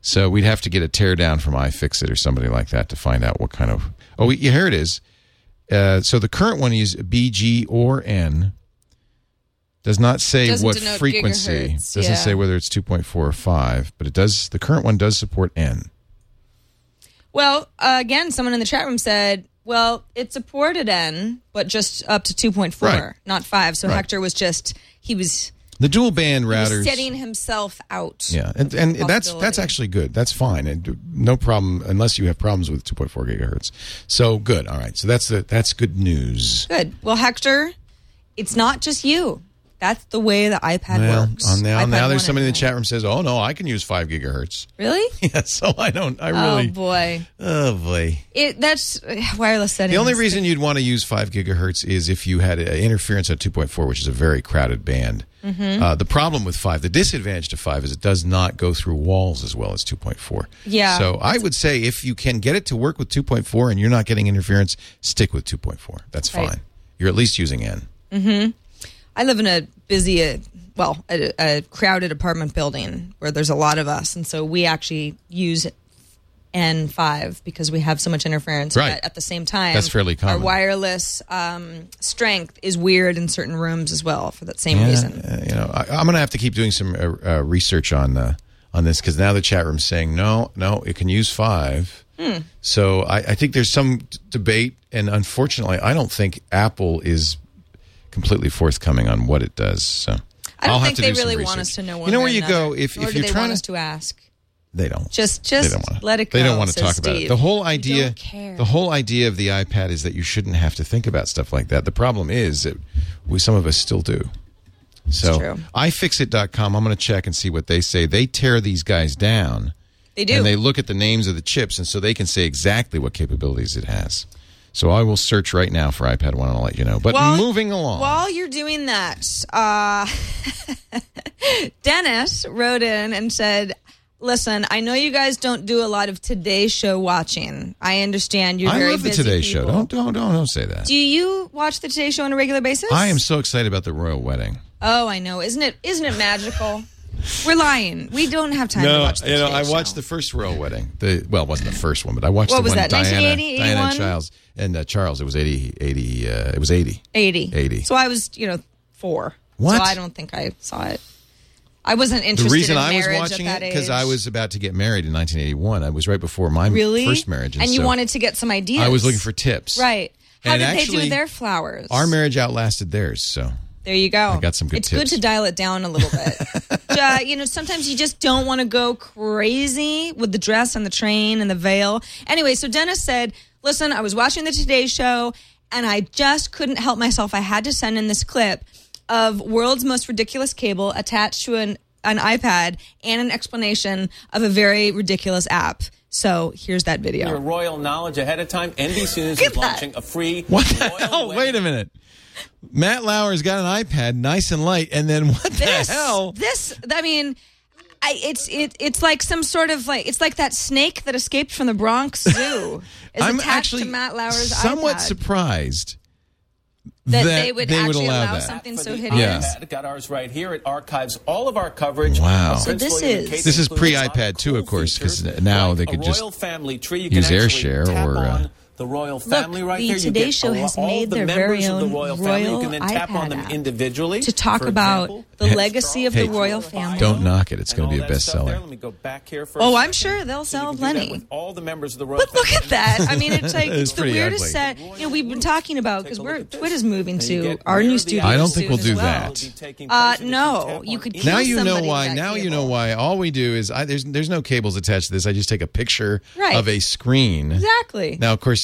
So we'd have to get a teardown from iFixit or somebody like that to find out what kind of. Oh, yeah, here it is. Uh, so the current one is BG or N. Does not say
Doesn't
what
denote
frequency.
gigahertz,
Doesn't
yeah.
say whether it's 2.4 or 5, but it does. The current one does support N.
Well, uh, again, someone in the chat room said, well, it's a Portaden, but just up to 2.4,
Right.
not 5. So
Right.
Hector was just, he was
The dual band routers.
setting himself out.
Yeah, and, and that's that's
Possibility.
actually good. That's fine, and no problem unless you have problems with 2.4 gigahertz. So good. All right. So that's the that's good news.
Good. Well, Hector, it's not just you. That's the way the iPad
Well,
works.
on now
iPad
now there's
one
somebody in
and
the chat room says, "Oh no, I can use five gigahertz." [LAUGHS]
one. Really?
Yeah, so I don't. I really.
Oh boy.
Oh boy.
It that's ugh, wireless settings.
The only reason you'd want to use five gigahertz is if you had a interference at 2.4, which is a very crowded band.
Mm-hmm.
Uh, the problem with five, the disadvantage to five, is it does not go through walls as well as 2.4.
Yeah.
So I would say if you can get it to work with 2.4 and you're not getting interference, stick with 2.4. That's
Right.
fine. You're at least using N.
I live in a busy, uh, well, a, a crowded apartment building where there's a lot of us, and so we actually use N5 because we have so much interference.
Right.
But at the same time,
That's fairly
Our
common.
wireless um, strength is weird in certain rooms as well for that same reason.
Uh, you know, I, I'm going to have to keep doing some uh, uh, research on uh, on this because now the chat room's saying no, no, it can use five.
Hmm.
So I, I think there's some d- debate, and unfortunately, I don't think Apple is completely forthcoming on what it does. So
I don't
I'll have
think
to
they
do some
really want us
research.
to know. One
You know
way
where
or
you go
another,
if
nor
if
do
you're
they
trying
want us to ask.
They don't.
Just-
They
just
don't wanna-
let it
They don't
go,
want to
says
talk about it.
Steve.
The whole
You
idea,
don't care.
the whole idea of the iPad is that you shouldn't have to think about stuff like that. The problem is that we, some of us still do. So
true.
iFixit.com. I'm going to check and see what they say. They tear these guys down.
They do.
And they look at the names of the chips, and so they can say exactly what capabilities it has. So I will search right now for iPad One, and I'll let you know. But
While-
moving along,
While you're doing that, uh, [LAUGHS] Dennis wrote in and said, "Listen, I know you guys don't do a lot of Today Show watching. I understand you're
I
very
love the
busy
Today Show.
people.
Don't don't don't don't say that.
Do you watch the Today Show on a regular basis?
I am so excited about the royal wedding.
Oh, I know. Isn't it? Isn't it magical? We're lying. We don't have time to watch the
you know,
Today
I
Show.
watched the first royal wedding. The well, it wasn't the first one, but I watched
What
the
was
one
that,
Diana,
1980,
Diana and
81?
Charles and uh, Charles. It was 80, 80 uh, It was eighty.
80.
80.
So I was, you know, four.
What?
So I don't think I saw it. I wasn't
The
interested.
reason
in
I was
marriage
watching
at
it
that
because I
age.
was about to get married in 1981. I was right before my
really
first marriage,
and you
so
wanted to get some ideas.
I was looking for tips.
[LAUGHS] Right. How
And
did they
actually,
do their flowers?
Our marriage outlasted theirs, so [LAUGHS]
There you go.
I got some good
It's
tips.
good to dial it down a little
[LAUGHS]
bit. uh, you know, sometimes you just don't want to go crazy with the dress and the train and the veil. Anyway, so Dennis said, "Listen, I was watching the Today Show, and I just couldn't help myself. I had to send in this clip of world's most ridiculous cable attached to an an iPad and an explanation of a very ridiculous app." So here's that video.
your royal knowledge ahead of time. NBC News
Look at
is launching
that.
a free
what the
royal
hell?
wedding
Wait a minute. Matt Lauer's got an iPad, nice and light, and then what
this,
the hell?
This, I mean, I, it's it, it's like some sort of like it's like that snake that escaped from the
[LAUGHS]
Bronx Zoo. Is
I'm
attached
actually
to Matt Lauer's
somewhat
iPad,
surprised
that, they would actually
allow,
allow,
that.
something
for
so
the
hideous.
Yeah.
iPad. Got ours right here. It archives all of our coverage.
Wow. So
Principal
this
unification
is-
This is
includes a lot
pre-iPad too, of
cool
course, 'cause
features,
now
like
they
a
could just
royal family tree. You
use
can
air
actually
share
tap
or, uh,
on the royal family right
the
there. You
Today
get
Show
a lo-
has
all
made
the
their
members
very
of the
own
royal family. You
royal
can then tap
iPad
on them
app
individually
To talk
for
about
example.
the
Hey,
legacy of
hey,
the royal family.
Don't knock it. It's
and
going to
all
be a
that stuff there.
bestseller.
Let me go back here for a
Oh, I'm
second.
sure they'll
So you
sell
can do that
plenty.
with all the members of the royal
But look at
family.
that. I mean, it's like
[LAUGHS] It's
it's, the
pretty
weirdest set.
ugly.
You know, we've been talking about because
Take a
we're
look at this.
Twitter's moving
And you
to
get
our
near
new
the
studio.
I don't think we'll
soon
do
as well.
that.
Uh, no, you could
Now
Kill
you know
somebody
why.
with that
Now you
cable.
know why. All we do is I, there's there's no cables attached to this. I just take a picture
Right.
of a screen.
Exactly.
Now, of course,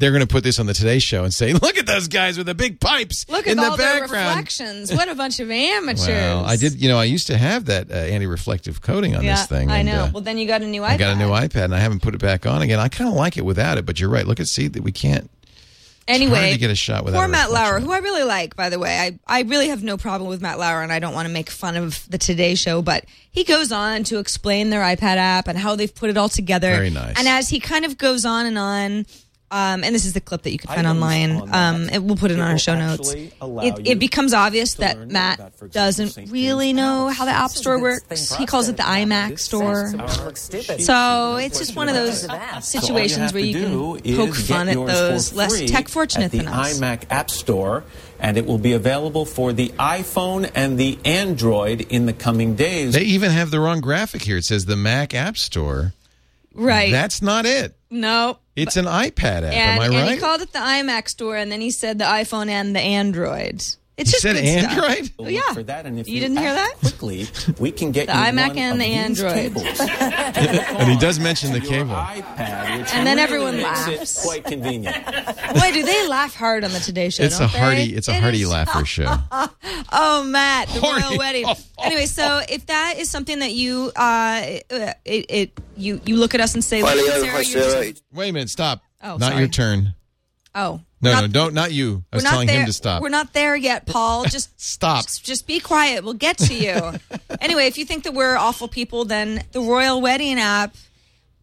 they're going to put this on the Today Show and say, "Look at those guys with the big pipes
Look at
in the
all their
background."
reflections. What a bunch of amateurs.
Well, I did. You know, I used to have that uh, anti-reflective coating on this thing.
I
and,
know.
uh,
well, then you got a new iPad.
I got a new iPad and I haven't put it back on again. I kind of like it without it, but you're right. Look at see that we can't.
Anyway,
hard to get a shot without
poor
a
Matt Lauer,
reflection.
who I really like, by the way. I, I really have no problem with Matt Lauer, and I don't want to make fun of the Today Show, but he goes on to explain their iPad app and how they've put it all together.
Very nice.
And as he kind of goes on and on, um, and this is the clip that you can find
Items
online.
on that
um, it, we'll put it on our
will
show notes.
actually allow
It,
you
it becomes obvious
to
that
learn
Matt
about, for example,
doesn't
St.
really
James
know
Palace.
how the App Store
This thing
works. He calls it the
processed.
iMac
This
Store.
says to look stupid.
So it's just one of those
[LAUGHS] So all
situations
have
where
to
you
do
can poke
is
fun
get
at
yours
those
for
less
free
tech fortunate
at the
than us.
iMac App Store, and it will be available for the iPhone and the Android in the coming days.
They even have the wrong graphic here. It says the Mac App Store.
Right.
That's not it.
No.
It's an iPad app.
And,
am I
and
right?
he called it the iMac store, and then he said the iPhone and the Android. It's
He
just
said
good stuff.
Android?
Oh,
Look
yeah.
For that, and if you,
you, didn't hear that?
act Quickly, we can get
The
you
iMac
one
and the Android. [LAUGHS]
and he does mention the
your
cable.
iPad, which
And then
really
everyone
makes it
laughs.
quite convenient.
Boy, do they laugh hard on the Today Show?
It's a
don't they?
hearty, it's a
It
hearty
is-
laugher show.
[LAUGHS] Oh, Matt, the
Hearty. [LAUGHS]
royal wedding. Anyway, so if that is something that you, uh, it, it you you look at us and say, "Look, Sarah, you're just-
Wait a minute, stop.
Oh,
not
sorry.
your turn.
oh,
No,
not-
no, don't. Not you. I was
we're not
telling
there-
him to stop.
We're not there
[LAUGHS]
yet, Paul. Just
Stop.
Just, just be quiet. We'll get
[LAUGHS]
to you. anyway, if you think that we're awful people, then the royal wedding app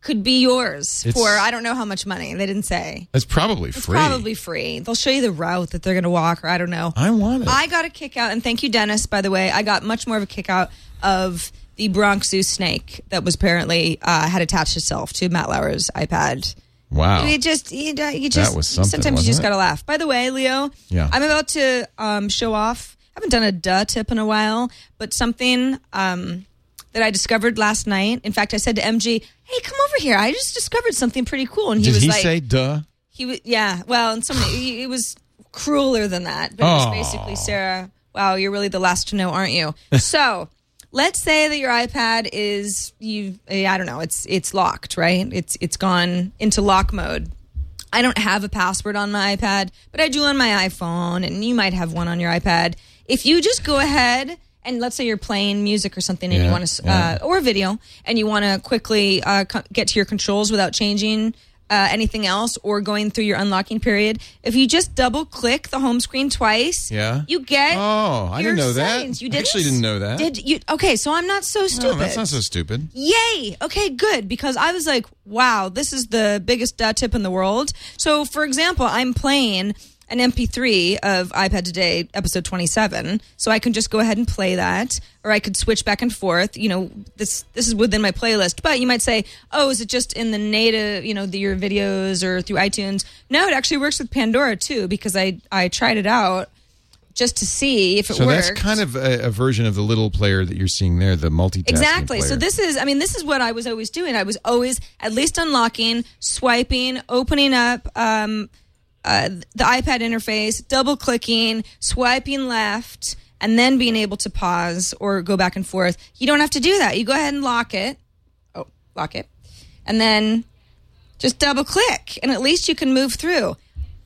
could be yours
It's-
for I don't know how much money. They didn't say.
That's probably
It's
free.
probably free. They'll show you the route that they're going to walk, or I don't know.
I want it.
I got a kick out, and thank you, Dennis, by the way. I got much more of a kick out of the Bronx Zoo snake that was apparently uh, had attached itself to Matt Lauer's iPad.
wow.
You just, you, know, you just,
was something,
sometimes you
wasn't
just
it?
got to laugh. By the way, Leo,
Yeah.
I'm about to um, show off. I haven't done a duh tip in a while, but something um, that I discovered last night. In fact, I said to MG, hey, come over here. I just discovered something pretty cool. And he
Did
was
he
like,
say duh?
he was, yeah. Well, and so many, he- it was crueler than that. But it
Oh.
was basically, Sarah, wow, you're really the last to know, aren't you? so let's say that your iPad is you. I don't know. It's it's locked, right? It's it's gone into lock mode. I don't have a password on my iPad, but I do on my iPhone, and you might have one on your iPad. If you just go ahead and let's say you're playing music or something, and
Yeah,
you want to,
yeah.
uh, or video, and you want to quickly uh, co- get to your controls without changing uh, anything else or going through your unlocking period. If you just double click the home screen twice,
Yeah.
you get.
Oh, I
your
didn't know that.
settings. You
I
didn't?
actually didn't know that.
Did you? Okay, so I'm not so stupid.
No, Oh, that's not so stupid.
Yay! Okay, good. Because I was like, wow, this is the biggest dot tip in the world. So, for example, I'm playing an MP3 of iPad Today, episode 27. So I can just go ahead and play that, or I could switch back and forth. You know, this this is within my playlist. But you might say, oh, is it just in the native, you know, the, your videos or through iTunes? No, it actually works with Pandora too, because I, I tried it out just to see if it
So
works.
that's kind of a, a version of the little player that you're seeing there, the multitasking.
Exactly. So
player.
this is, I mean, this is what I was always doing. I was always at least unlocking, swiping, opening up um, uh, the iPad interface, double clicking, swiping left, and then being able to pause or go back and forth. You don't have to do that. You go ahead and lock it. Oh, lock it, and then just double click, and at least you can move through.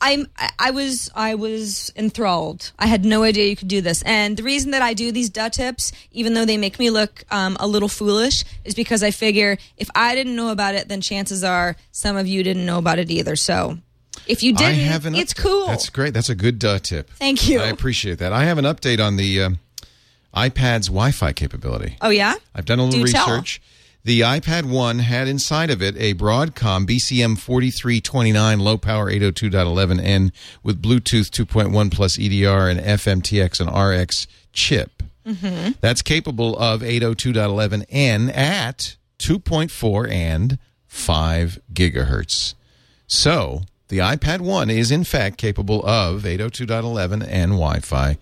I'm I- I was I was enthralled. I had no idea you could do this. And the reason that I do these duh tips, even though they make me look um, a little foolish, is because I figure if I didn't know about it, then chances are some of you didn't know about it either. So if you
I
didn't,
have an
it's
update.
cool.
That's great. That's a good duh tip.
Thank you.
I appreciate that. I have an update on the um iPad's Wi-Fi capability.
oh yeah,
I've done a little
Do tell.
research. The iPad 1 had inside of it a Broadcom BCM 4329 low power 802.11n with Bluetooth 2.1 plus EDR and FMTX and RX chip. That's capable of 802.11n at 2.4 and 5 gigahertz. So the iPad 1 is in fact capable of 802.11 and Wi Fi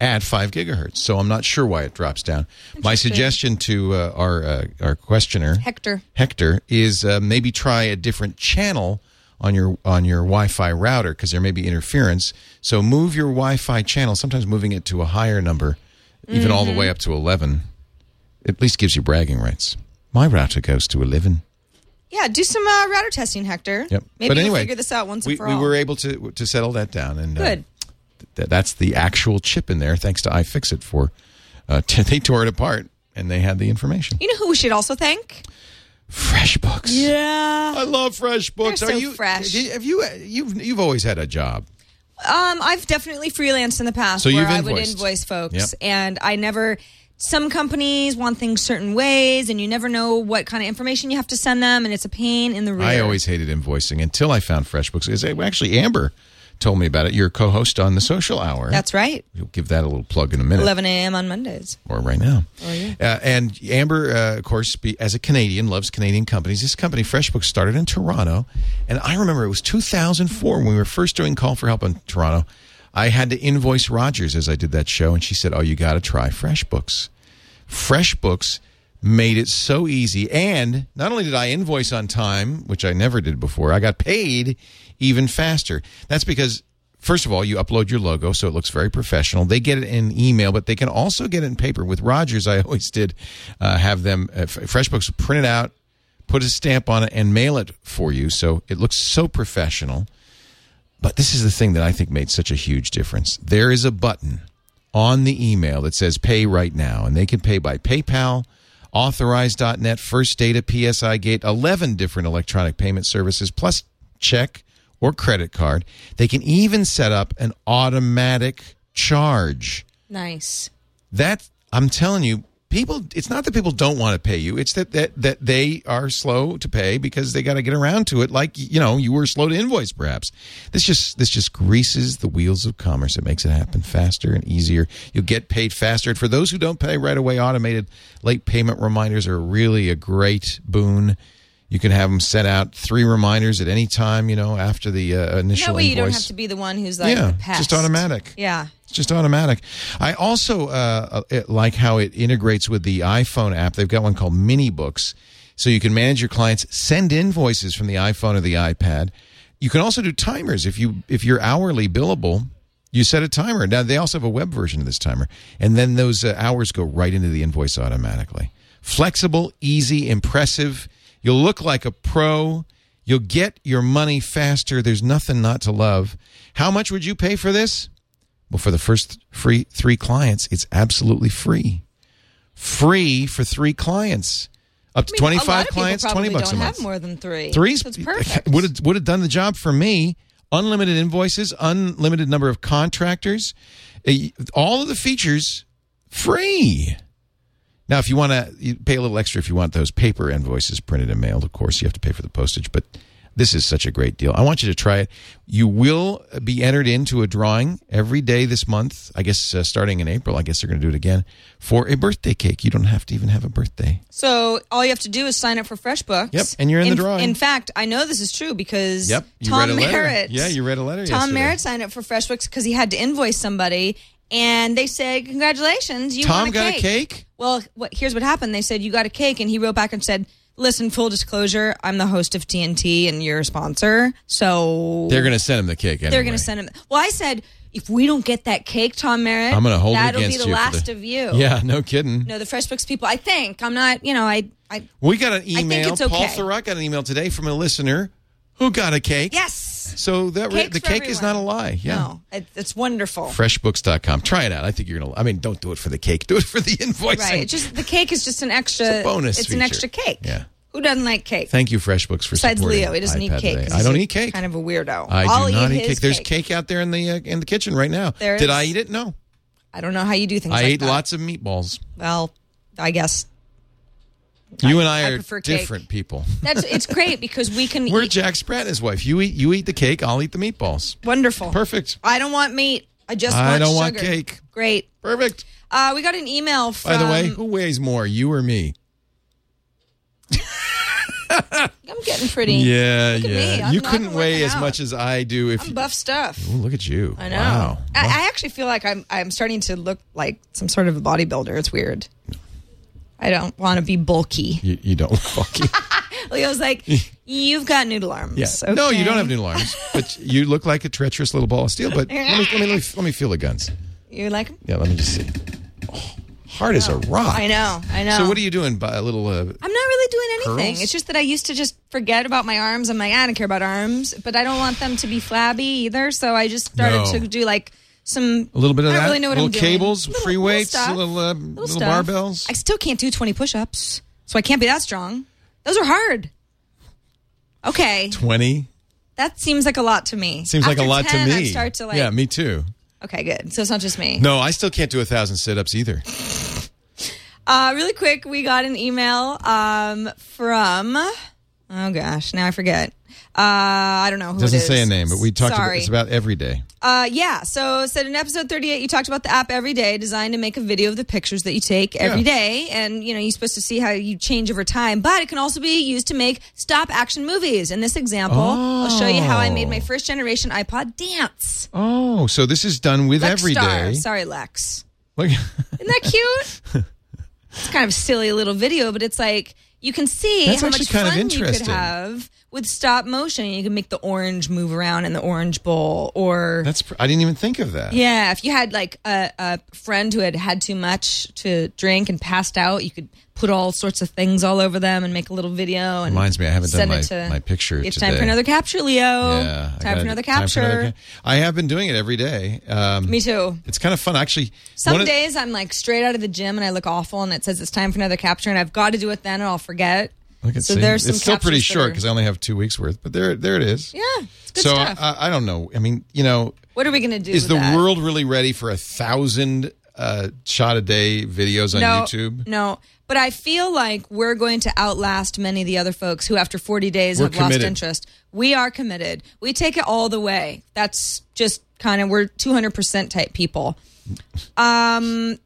at 5 gigahertz. So I'm not sure why it drops down. My suggestion to uh, our, uh, our questioner,
Hector.
Hector, is uh, maybe try a different channel. On your on your Wi-Fi router because there may be interference, so move your Wi-Fi channel. Sometimes moving it to a higher number, even all
Mm-hmm.
the way up to eleven, at least gives you bragging rights. My router goes to eleven.
yeah. Do some uh, router testing, Hector.
Yep.
Maybe
but
we'll
anyway,
figure this out once
we,
and for
we
all.
were able to to settle that down, and uh,
Good.
th- that's the actual chip in there, thanks to iFixit for. Uh, [LAUGHS] t- they tore it apart, and they had the information.
you know who we should also thank?
FreshBooks.
Yeah.
I love FreshBooks.
They're
Are
so
you
fresh.
did- Have you? You've you've always had a job.
Um, I've definitely freelanced in the past
So
where
you've
I would
invoiced.
invoice folks,
Yep.
and I never. Some companies want things certain ways, and you never know what kind of information you have to send them, and it's a pain in the rear.
I always hated invoicing until I found FreshBooks. Is actually Amber told me about it. Your co-host on the Social Hour.
That's right.
You'll give that a little plug in a minute.
11 a.m. on Mondays.
or right now. Oh, yeah. uh, and Amber, uh, of course, be, as a Canadian, loves Canadian companies. This company, FreshBooks, started in Toronto. And I remember it was 2004 when we were first doing Call for Help in Toronto. I had to invoice Rogers as I did that show. And she said, Oh, you got to try FreshBooks. FreshBooks made it so easy. And not only did I invoice on time, which I never did before, I got paid even faster. That's because, first of all, you upload your logo so it looks very professional. They get it in email, but they can also get it in paper. With Rogers, I [LAUGHS] always did uh, have them, uh, F- FreshBooks would print it out, put a stamp on it, and mail it for you. So it looks so professional. But this is the thing that I think made such a huge difference. There is a button on the email that says pay right now, and they can pay by PayPal, authorize.net, First Data, PSI Gate, 11 different electronic payment services, plus check or credit card. They can even set up an automatic charge.
Nice.
That, I'm telling you, people, it's not that people don't want to pay you, it's that, that, that they are slow to pay because they got to get around to it like, you know, you were slow to invoice perhaps. This just, this just greases the wheels of commerce. It makes it happen faster and easier. You'll get paid faster. And for those who don't pay right away, automated late payment reminders are really a great boon. You can have them set out three reminders at any time, you know, after the uh, initial
That way you don't
invoice.
have to be the one who's like
Yeah,
the pest.
just automatic.
Yeah.
It's just automatic. I also uh, it- like how it integrates with the iPhone app. They've got one called Mini Books, so you can manage your clients, send invoices from the iPhone or the iPad. You can also do timers if you if you're hourly billable. You set a timer. Now they also have a web version of this timer, and then those uh, hours go right into the invoice automatically. Flexible, easy, impressive. You'll look like a pro. You'll get your money faster. There's nothing not to love. How much would you pay for this? Well, for the first free three clients, it's absolutely free. Free for three clients. Up to
I mean, a
25
lot of people
clients, 20
probably
bucks
don't
a month.
have more than three.
Three [LAUGHS]
So it's perfect.
would have would have done the job for me. Unlimited invoices, unlimited number of contractors, eh, all of the features free. Now, if you want to pay a little extra, if you want those paper invoices printed and mailed, of course you have to pay for the postage. But this is such a great deal. I want you to try it. You will be entered into a drawing every day this month. I guess uh, starting in April. I guess they're going to do it again for a birthday cake. You don't have to even have a birthday.
So all you have to do is sign up for FreshBooks.
Yep, and you're in the drawing.
In fact, I know this is true because
Yep, you
Tom
read a letter.
Merritt.
Yeah, you read a letter
Tom
yesterday.
Merritt signed up for FreshBooks because he had to invoice somebody, and they said, "Congratulations, you
Tom
won a
got a
cake."
cake?
Well, what, here's what happened. They said you got a cake, and he wrote back and said. Listen, full disclosure, I'm the host of TNT and you're a sponsor. So
They're going to send him the cake. Anyway.
they're going to send him. Well, I said, if we don't get that cake, Tom Merritt,
I'm going to hold it
that'll
against
be the
you for
last of you.
Yeah, no kidding.
No, the FreshBooks people, I think. I'm not, you know, I, I
We got an
think
email.
it's okay.
Paul Thurrock got an email today from a listener who got a cake.
yes.
So that re-
Cakes
the
for
cake is not
everyone.
a lie. Yeah.
No, it, it's wonderful.
Freshbooks.com. Try it out. I think you're going to I mean, don't do it for the cake. Do it for the [LAUGHS] invoicing.
right. It's just the cake is just an extra
It's a bonus
It's an
feature.
extra cake.
Yeah.
Who doesn't like cake?
Thank you Freshbooks for
Besides
supporting
Leo, he doesn't
iPad
eat cake.
today.
'cause
I
he's
don't
a-
eat cake.
Kind of a weirdo.
I
I'll
do not eat
his
cake. There's cake out there in the uh, in the kitchen right now.
There
Did
is.
I eat it? No.
I don't know how you do things.
I
like
ate
that.
lots of meatballs.
Well, I guess
You and I,
I
are
prefer cake.
different
[LAUGHS]
people.
that's it's great because we can.
[LAUGHS] We're
eat.
Jack Sprat and his wife. You eat you eat the cake, I'll eat the meatballs.
wonderful.
Perfect.
I don't want meat. I just
I
want
don't want
sugar.
cake.
Great.
Perfect.
Uh, we got an email from.
By the way, who weighs more, you or me?
I'm getting pretty.
Yeah,
Look at
yeah.
me. I'm
you
not
couldn't
working
weigh as
out.
much as I do if
I'm
you,
buff stuff.
Ooh, look at you.
I know.
Wow.
I, I actually feel like I'm I'm starting to look like some sort of a bodybuilder. It's weird. I don't want to be bulky.
you, you don't [LAUGHS] look
[LAUGHS]
bulky. [LAUGHS]
Leo's like, you've got noodle arms.
Yeah.
Okay.
No, you don't have noodle arms, but you look like a treacherous little ball of steel. But let me let me let me, let me feel the guns.
You're like, 'em?
Yeah, let me just see. Oh, hard as a rock.
I know, I know.
So what are you doing? By a little. Uh,
I'm not really doing anything.
Curls?
It's just that I used to just forget about my arms. I'm like, I don't care about arms, but I don't want them to be flabby either. So I just started
No.
to do like some
a little bit of
I
that.
don't really know what
little
I'm doing.
cables,
Little-
free
little
weights,
stuff.
little uh, little,
stuff.
barbells.
I still can't do 20 push-ups, so I can't be that strong. Those are hard. Okay,
Twenty
that seems like a lot to me.
seems like
After
a lot
10,
to me.
I start to like.
yeah, me too.
Okay, good. So it's not just me.
No, I still can't do a thousand sit-ups either.
Uh, really quick, we got an email um, from. Oh gosh, now I forget. Uh, I don't know who it
Doesn't
is.
say a name, but we talked. About,
Sorry.
it's about every day.
Uh, yeah. So said in episode 38, you talked about the app every day designed to make a video of the pictures that you take every day. And, you know, you're supposed to see how you change over time, but it can also be used to make stop action movies. In this example, I'll show you how I made my first generation iPod dance.
Oh, so this is done with
Lex
every day.
Star. Sorry, Lex.
Look, [LAUGHS]
Isn't that cute? it's kind of silly little video, but it's like you can see
That's
how
actually
much
kind of
fun you
interesting.
could have with stop motion. You can make the orange move around in the orange bowl, or
[LAUGHS] That's pr- I didn't even think of that.
yeah, if you had like a, a friend who had had too much to drink and passed out, you could put all sorts of things all over them and make a little video. And
Reminds me, I haven't done
send
my-
it to,
my picture
It's time
today.
for another capture, Leo.
Yeah, I
time
gotta-
for another
time
capture.
for another ca- I have been doing it every day. Um,
Me too.
It's kind of fun, actually.
Some
One of-
days I'm like straight out of the gym and I look awful, and it says it's time for another capture, and I've got to do it then, and I'll forget.
I can
so
see.
there's some
it's still pretty
captures that
short
are-
because I only have two weeks worth, but there, there it is.
Yeah, it's good
so
stuff.
I, I don't know. I mean, you know,
what are we gonna do?
is
with
the
that?
world really ready for a thousand uh, shot a day videos on
no,
YouTube?
No, but I feel like we're going to outlast many of the other folks who, after 40 days,
We're
have
committed.
lost interest. We are committed. We take it all the way. That's just kind of we're 200 percent type people. Um,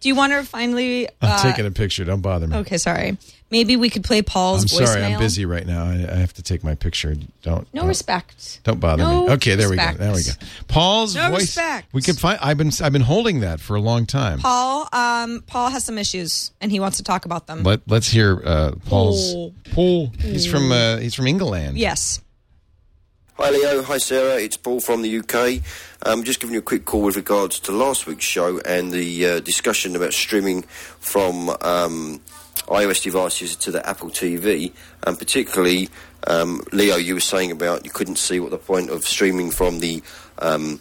do you want to
[LAUGHS]
finally?
I'm
Uh,
taking a picture. Don't bother me.
okay, sorry. Maybe we could play Paul's
I'm
voicemail.
sorry. I'm busy right now. I, I have to take my picture. Don't
No
don't-
respect.
Don't bother
No
me. Okay, there
respect.
we go. There we go. Paul's
No
voice.
respect.
We can find. I've been I've been holding that for a long time.
Paul, um, Paul has some issues, and he wants to talk about them.
Let Let's hear uh, Paul's.
Paul.
Paul. He's from uh, he's from England.
yes.
Hi Leo, hi Sarah, it's Paul from the UK. Um, just giving you a quick call with regards to last week's show and the uh, discussion about streaming from um, iOS devices to the Apple TV, and particularly um, Leo, you were saying about you couldn't see what the point of streaming from the um,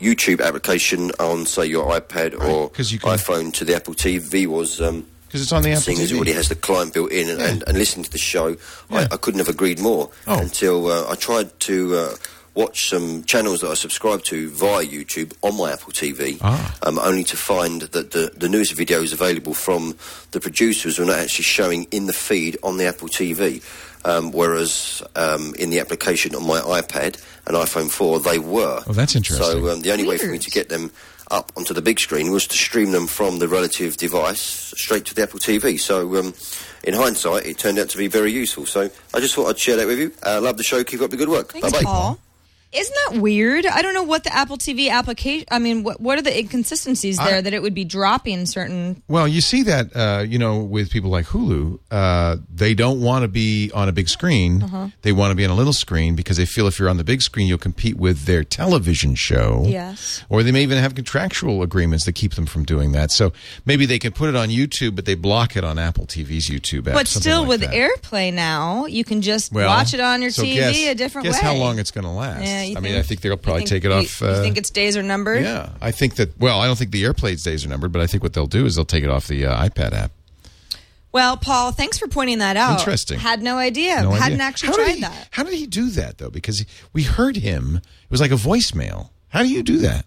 YouTube application on, say, your iPad or
'cause you can-
iPhone to the Apple TV was. Um,
Because it's on the Apple
Seeing as it
TV.
already has the client built in and, and, and listening to the show,
Yeah.
I, I couldn't have agreed more
Oh.
until uh, I tried to uh, watch some channels that I subscribe to via YouTube on my Apple TV,
Ah.
um, only to find that the, the newest videos available from the producers were not actually showing in the feed on the Apple TV. Um, whereas um, in the application on my iPad and iPhone 4, they were.
Oh, that's interesting.
So um, the only way for me
Weird.
to get them up onto the big screen was to stream them from the relative device straight to the Apple TV. So, um, in hindsight, it turned out to be very useful. So, I just thought I'd share that with you. Uh, love the show. Keep up the good work.
Thanks,
bye bye.
Paul. Isn't that weird? I don't know what the Apple TV application. I mean, what what are the inconsistencies there
I-
that it would be dropping certain?
Well, you see that uh, you know with people like Hulu, uh, they don't want to be on a big screen.
Uh-huh.
They want to be on a little screen because they feel if you're on the big screen, you'll compete with their television show.
Yes.
Or they may even have contractual agreements that keep them from doing that. So maybe they could put it on YouTube, but they block it on Apple TV's YouTube app.
But
something
still,
like
with
that.
AirPlay now, you can just
Well,
watch it on your
so
TV
guess-
a different
guess
way.
how long it's going to last.
Yeah,
I
you
mean, I
think-
think they'll
you
probably
think
take it
you-
off. uh,
You, think its days are numbered?
yeah, I think that. Well, I don't think the AirPlay's days are numbered, but I think what they'll do is they'll take it off the uh, iPad app.
Well, Paul, thanks for pointing that out.
Interesting.
Had no idea.
No idea.
Hadn't actually
How did
tried
he-
that.
How did he do that though? Because he- we heard him. It was like a voicemail. How do you do that?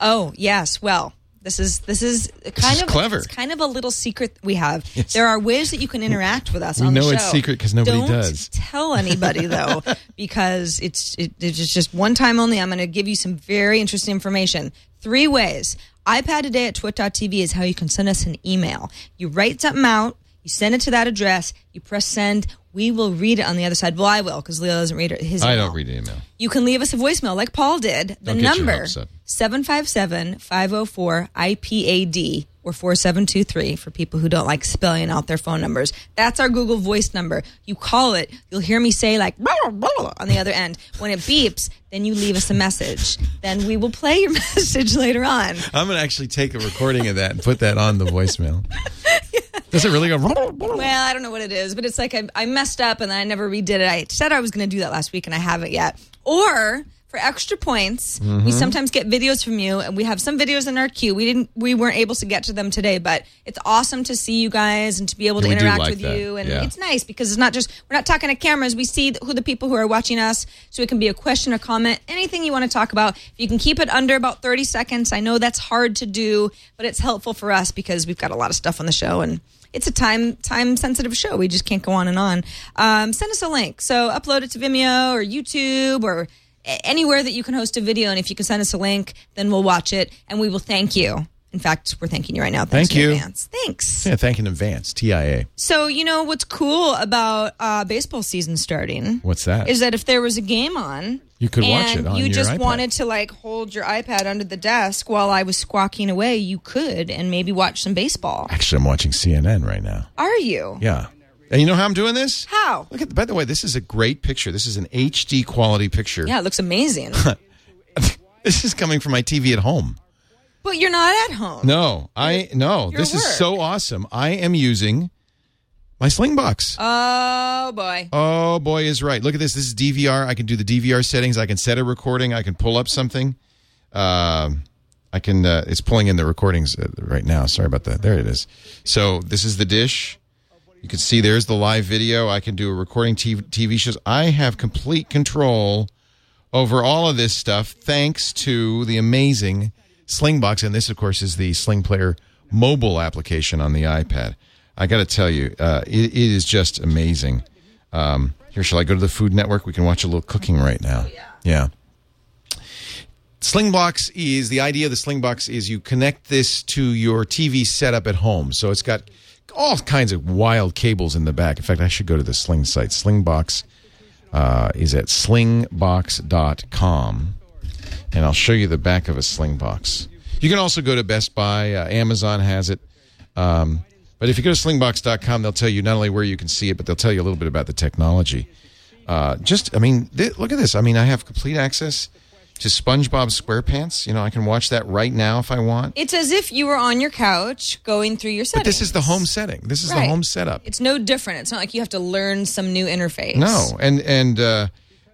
Oh yes. Well, this is this is kind
is
of
clever.
It's kind of a little secret we have. There are ways that you can interact with us.
We
on
know
the
it's
show.
secret 'cause nobody
Don't
does.
Tell
[LAUGHS]
anybody though, because it's it, it's just one time only. I'm going to give you some very interesting information. Three ways. iPad today at twit.tv is how you can send us an email. You write something out. You send it to that address. You press send. We will read it on the other side. Well, I will because Leo doesn't read it. His
I
email.
don't read email.
You can leave us a voicemail like Paul did. The
Don't get your
number
hopes up.
757 504 IPAD or 4723 for people who don't like spelling out their phone numbers. That's our Google voice number. You call it, you'll hear me say like "Blah, blah," on the other end. When it beeps, then you leave us a message. then we will play your [LAUGHS] message later on.
I'm gonna actually take a recording of that and put that on the
[LAUGHS]
voicemail. Does it really go?
Well, I don't know what it is, but it's like I, I messed up and then I never redid it. I said I was going to do that last week and I haven't yet. Or for extra points,
Mm-hmm.
we sometimes get videos from you and we have some videos in our queue. We didn't we weren't able to get to them today, but it's awesome to see you guys and to be able
Yeah,
to
we do
interact
like
with
that.
you and
Yeah.
it's nice because it's not just we're not talking to cameras. We see who the people who are watching us, so it can be a question, a comment, anything you want to talk about. If you can keep it under about thirty seconds, I know that's hard to do, but it's helpful for us because we've got a lot of stuff on the show and it's a time time sensitive show. We just can't go on and on. Um, send us a link. So upload it to Vimeo or YouTube or a- anywhere that you can host a video, and if you can send us a link, then we'll watch it and we will thank you. In fact, we're thanking you right now.
Thank
Thanks in
you.
advance. Thanks.
Yeah, thank in advance. TIA.
So you know what's cool about uh, baseball season starting?
What's that?
Is that if there was a game on,
You could watch
and
it on
you
your
just
iPad.
wanted to like hold your iPad under the desk while I was squawking away, you could and maybe watch some baseball.
Actually, I'm watching CNN right now.
Are you?
Yeah. And you know how I'm doing this?
How?
Look at. By the way, this is a great picture. This is an HD quality picture.
Yeah, it looks amazing.
[LAUGHS] This is coming from my TV at home.
but you're not at home.
No, I no.
Your
This is
work.
so awesome. I am using my Sling Box.
Oh boy.
oh boy, is right. Look at this. This is DVR. I can do the DVR settings. I can set a recording. I can pull up something. Um, I can. Uh, it's pulling in the recordings uh, right now. Sorry about that. There it is. So this is the dish. You can see there's the live video. I can do a recording TV, TV shows. I have complete control over all of this stuff thanks to the amazing Slingbox. And this, of course, is the Sling Player mobile application on the iPad. I got to tell you, uh, it, it is just amazing. Um, here, shall I go to the Food Network? We can watch a little cooking right now. yeah. Yeah. Slingbox is the idea of the Slingbox is you connect this to your TV setup at home. So it's got all kinds of wild cables in the back. In fact, I should go to the Sling site. Slingbox uh, is at slingbox.com. And I'll show you the back of a Slingbox. You can also go to Best Buy, uh, Amazon has it. Um, but if you go to slingbox.com, they'll tell you not only where you can see it, but they'll tell you a little bit about the technology. Uh, just, I mean, th- look at this. I mean, I have complete access to SpongeBob SquarePants. You know, I can watch that right now if I want.
It's as if you were on your couch going through your
But
settings.
this is the home setting. This is the
Right.
home setup.
It's no different. It's not like you have to learn some new interface.
No, and and uh,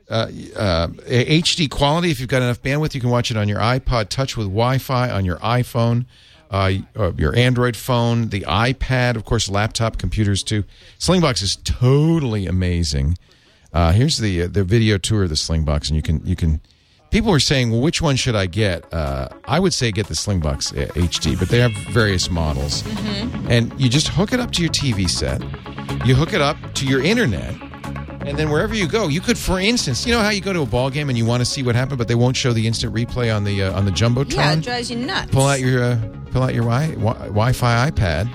uh, uh, HD quality. If you've got enough bandwidth, you can watch it on your iPod Touch with Wi-Fi on your iPhone, uh, uh, your Android phone, the iPad, of course, laptop computers too. Slingbox is totally amazing. Uh, here's the uh, the video tour of the Slingbox, and you can you can. People were saying, well, which one should I get? Uh, I would say get the Slingbox uh, HD, but they have various models.
Mm-hmm.
And you just hook it up to your TV set, you hook it up to your internet, and then wherever you go, you could, for instance, you know how you go to a ball game and you want to see what happened, but they won't show the instant replay on the uh, on the jumbotron.
Yeah, it drives you nuts.
pull out your uh, pull out your wi- wi- Wi-Fi iPad,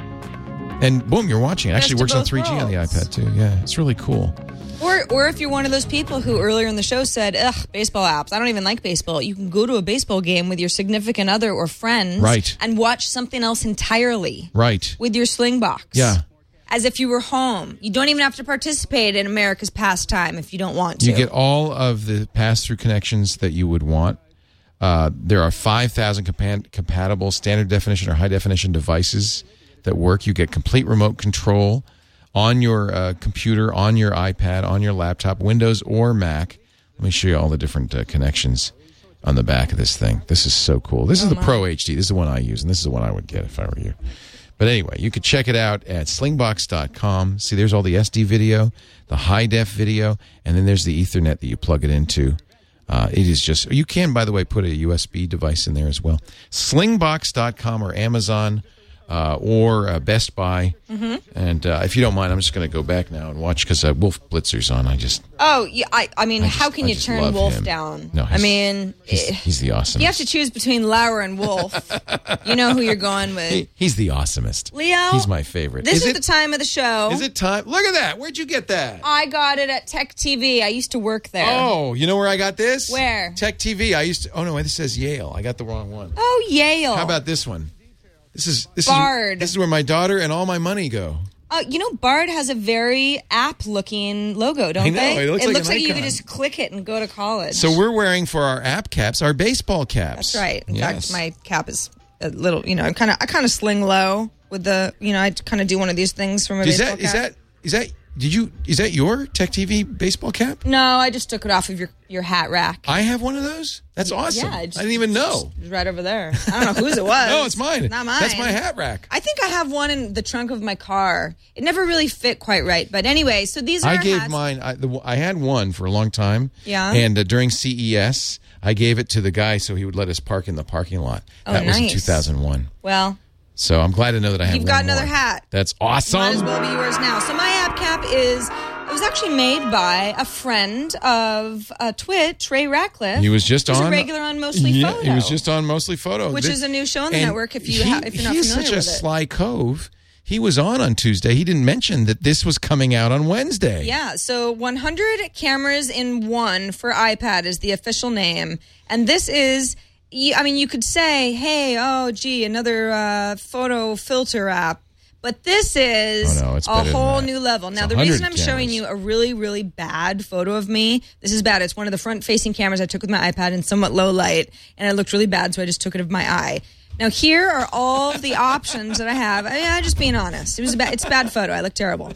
and boom, you're watching. It
Best
actually
of
works on
both
3G on the
worlds.
iPad too. Yeah, it's really cool.
Or, or if you're one of those people who earlier in the show said, ugh, baseball apps, I don't even like baseball. You can go to a baseball game with your significant other or friends
Right.
and watch something else entirely
Right?
with your sling box.
Yeah.
As if you were home. You don't even have to participate in America's pastime if you don't want to.
You get all of the pass-through connections that you would want. Uh, there are 5,000 compa- compatible standard definition or high definition devices that work. You get complete remote control on your uh, computer, on your iPad, on your laptop, Windows or Mac. Let me show you all the different uh, connections on the back of this thing. This is so cool.
Oh
This is the Pro HD. This is the one I use, and this is the one I would get if I were you. But anyway, you could check it out at slingbox.com. See, there's all the SD video, the high def video, and then there's the Ethernet that you plug it into. Uh, it is just, you can, by the way, put a USB device in there as well. Slingbox.com or Amazon uh, or uh, Best Buy.
Mm-hmm.
And uh, if you don't mind, I'm just going to go back now and watch because uh, Wolf Blitzer's on. I just,
oh, yeah, I, I mean,
I
how
just-
can
I
you
just
turn
love
Wolf
him.
down?
No,
I
he's-
mean,
he's,
eh,
he's the awesomest.
you have to choose between Lauer and
[LAUGHS]
Wolf. you know who you're going with.
He- he's the awesomest.
Leo,
He's my favorite.
This is,
it,
the time of the show.
Is it time? Look at that. Where'd you get that?
I got it at Tech TV. I used to work there.
Oh, you know where I got this?
Where?
Tech TV. I used to. Oh no, this says Yale. I got the wrong one.
Oh, Yale.
How about this one? This is this
Bard.
is this is where my daughter and all my money go.
Uh, you know, Bard has a very app-looking logo, don't
I know,
they?
it looks like an
you could
icon.
just click it and go to college.
So we're wearing for our app caps, our baseball caps.
that's right. In
yes.
fact, my cap is a little. You know, I kind of I kind of sling low with the. You know, I kind of do one of these things from a
is
baseball
that is
cap.
that is that did you is that your Tech TV baseball cap?
No, I just took it off of your your hat rack.
I have one of those. That's awesome.
Yeah, just-
I didn't even know.
It was right over there. I don't know whose it
[LAUGHS]
was.
No, it's mine.
Not mine.
That's my hat rack.
I think I have one in the trunk of my car. It never really fit quite right, but anyway. So these are
I
our
gave
hats.
mine. I, the, I had one for a long time.
Yeah.
And uh, during CES, I gave it to the guy so he would let us park in the parking lot.
Oh,
that was in
nice.
2001.
Well,
So I'm glad to know that I have.
You've
one
got another
more.
hat.
That's
Might
awesome.
as well be yours now. So my app cap is was actually made by a friend of uh, Twit, Ray Ratcliffe.
He was just
who's
on
a regular on Mostly
yeah,
Photo.
He was just on Mostly Photo,
Which is a new show on the
and
network if you
he-
ha- if you're not
he's
familiar
such a
with it.
sly cove. He was on on Tuesday. He didn't mention that this was coming out on Wednesday.
Yeah, so 100 cameras in one for iPad is the official name. And this is, you- I mean, you could say, hey, oh, gee, another uh, photo filter app. But this is
Oh, no, it's
a
better than
whole
that.
new level. Now,
It's
the reason
100
I'm showing
cameras.
you a really, really bad photo of me, this is bad. It's one of the front facing cameras I took with my iPad in somewhat low light, and it looked really bad, so I just took it of my eye. Now, here are all the options that I have. I mean, I'm just being honest. It was a bad, it's a bad photo. I look terrible.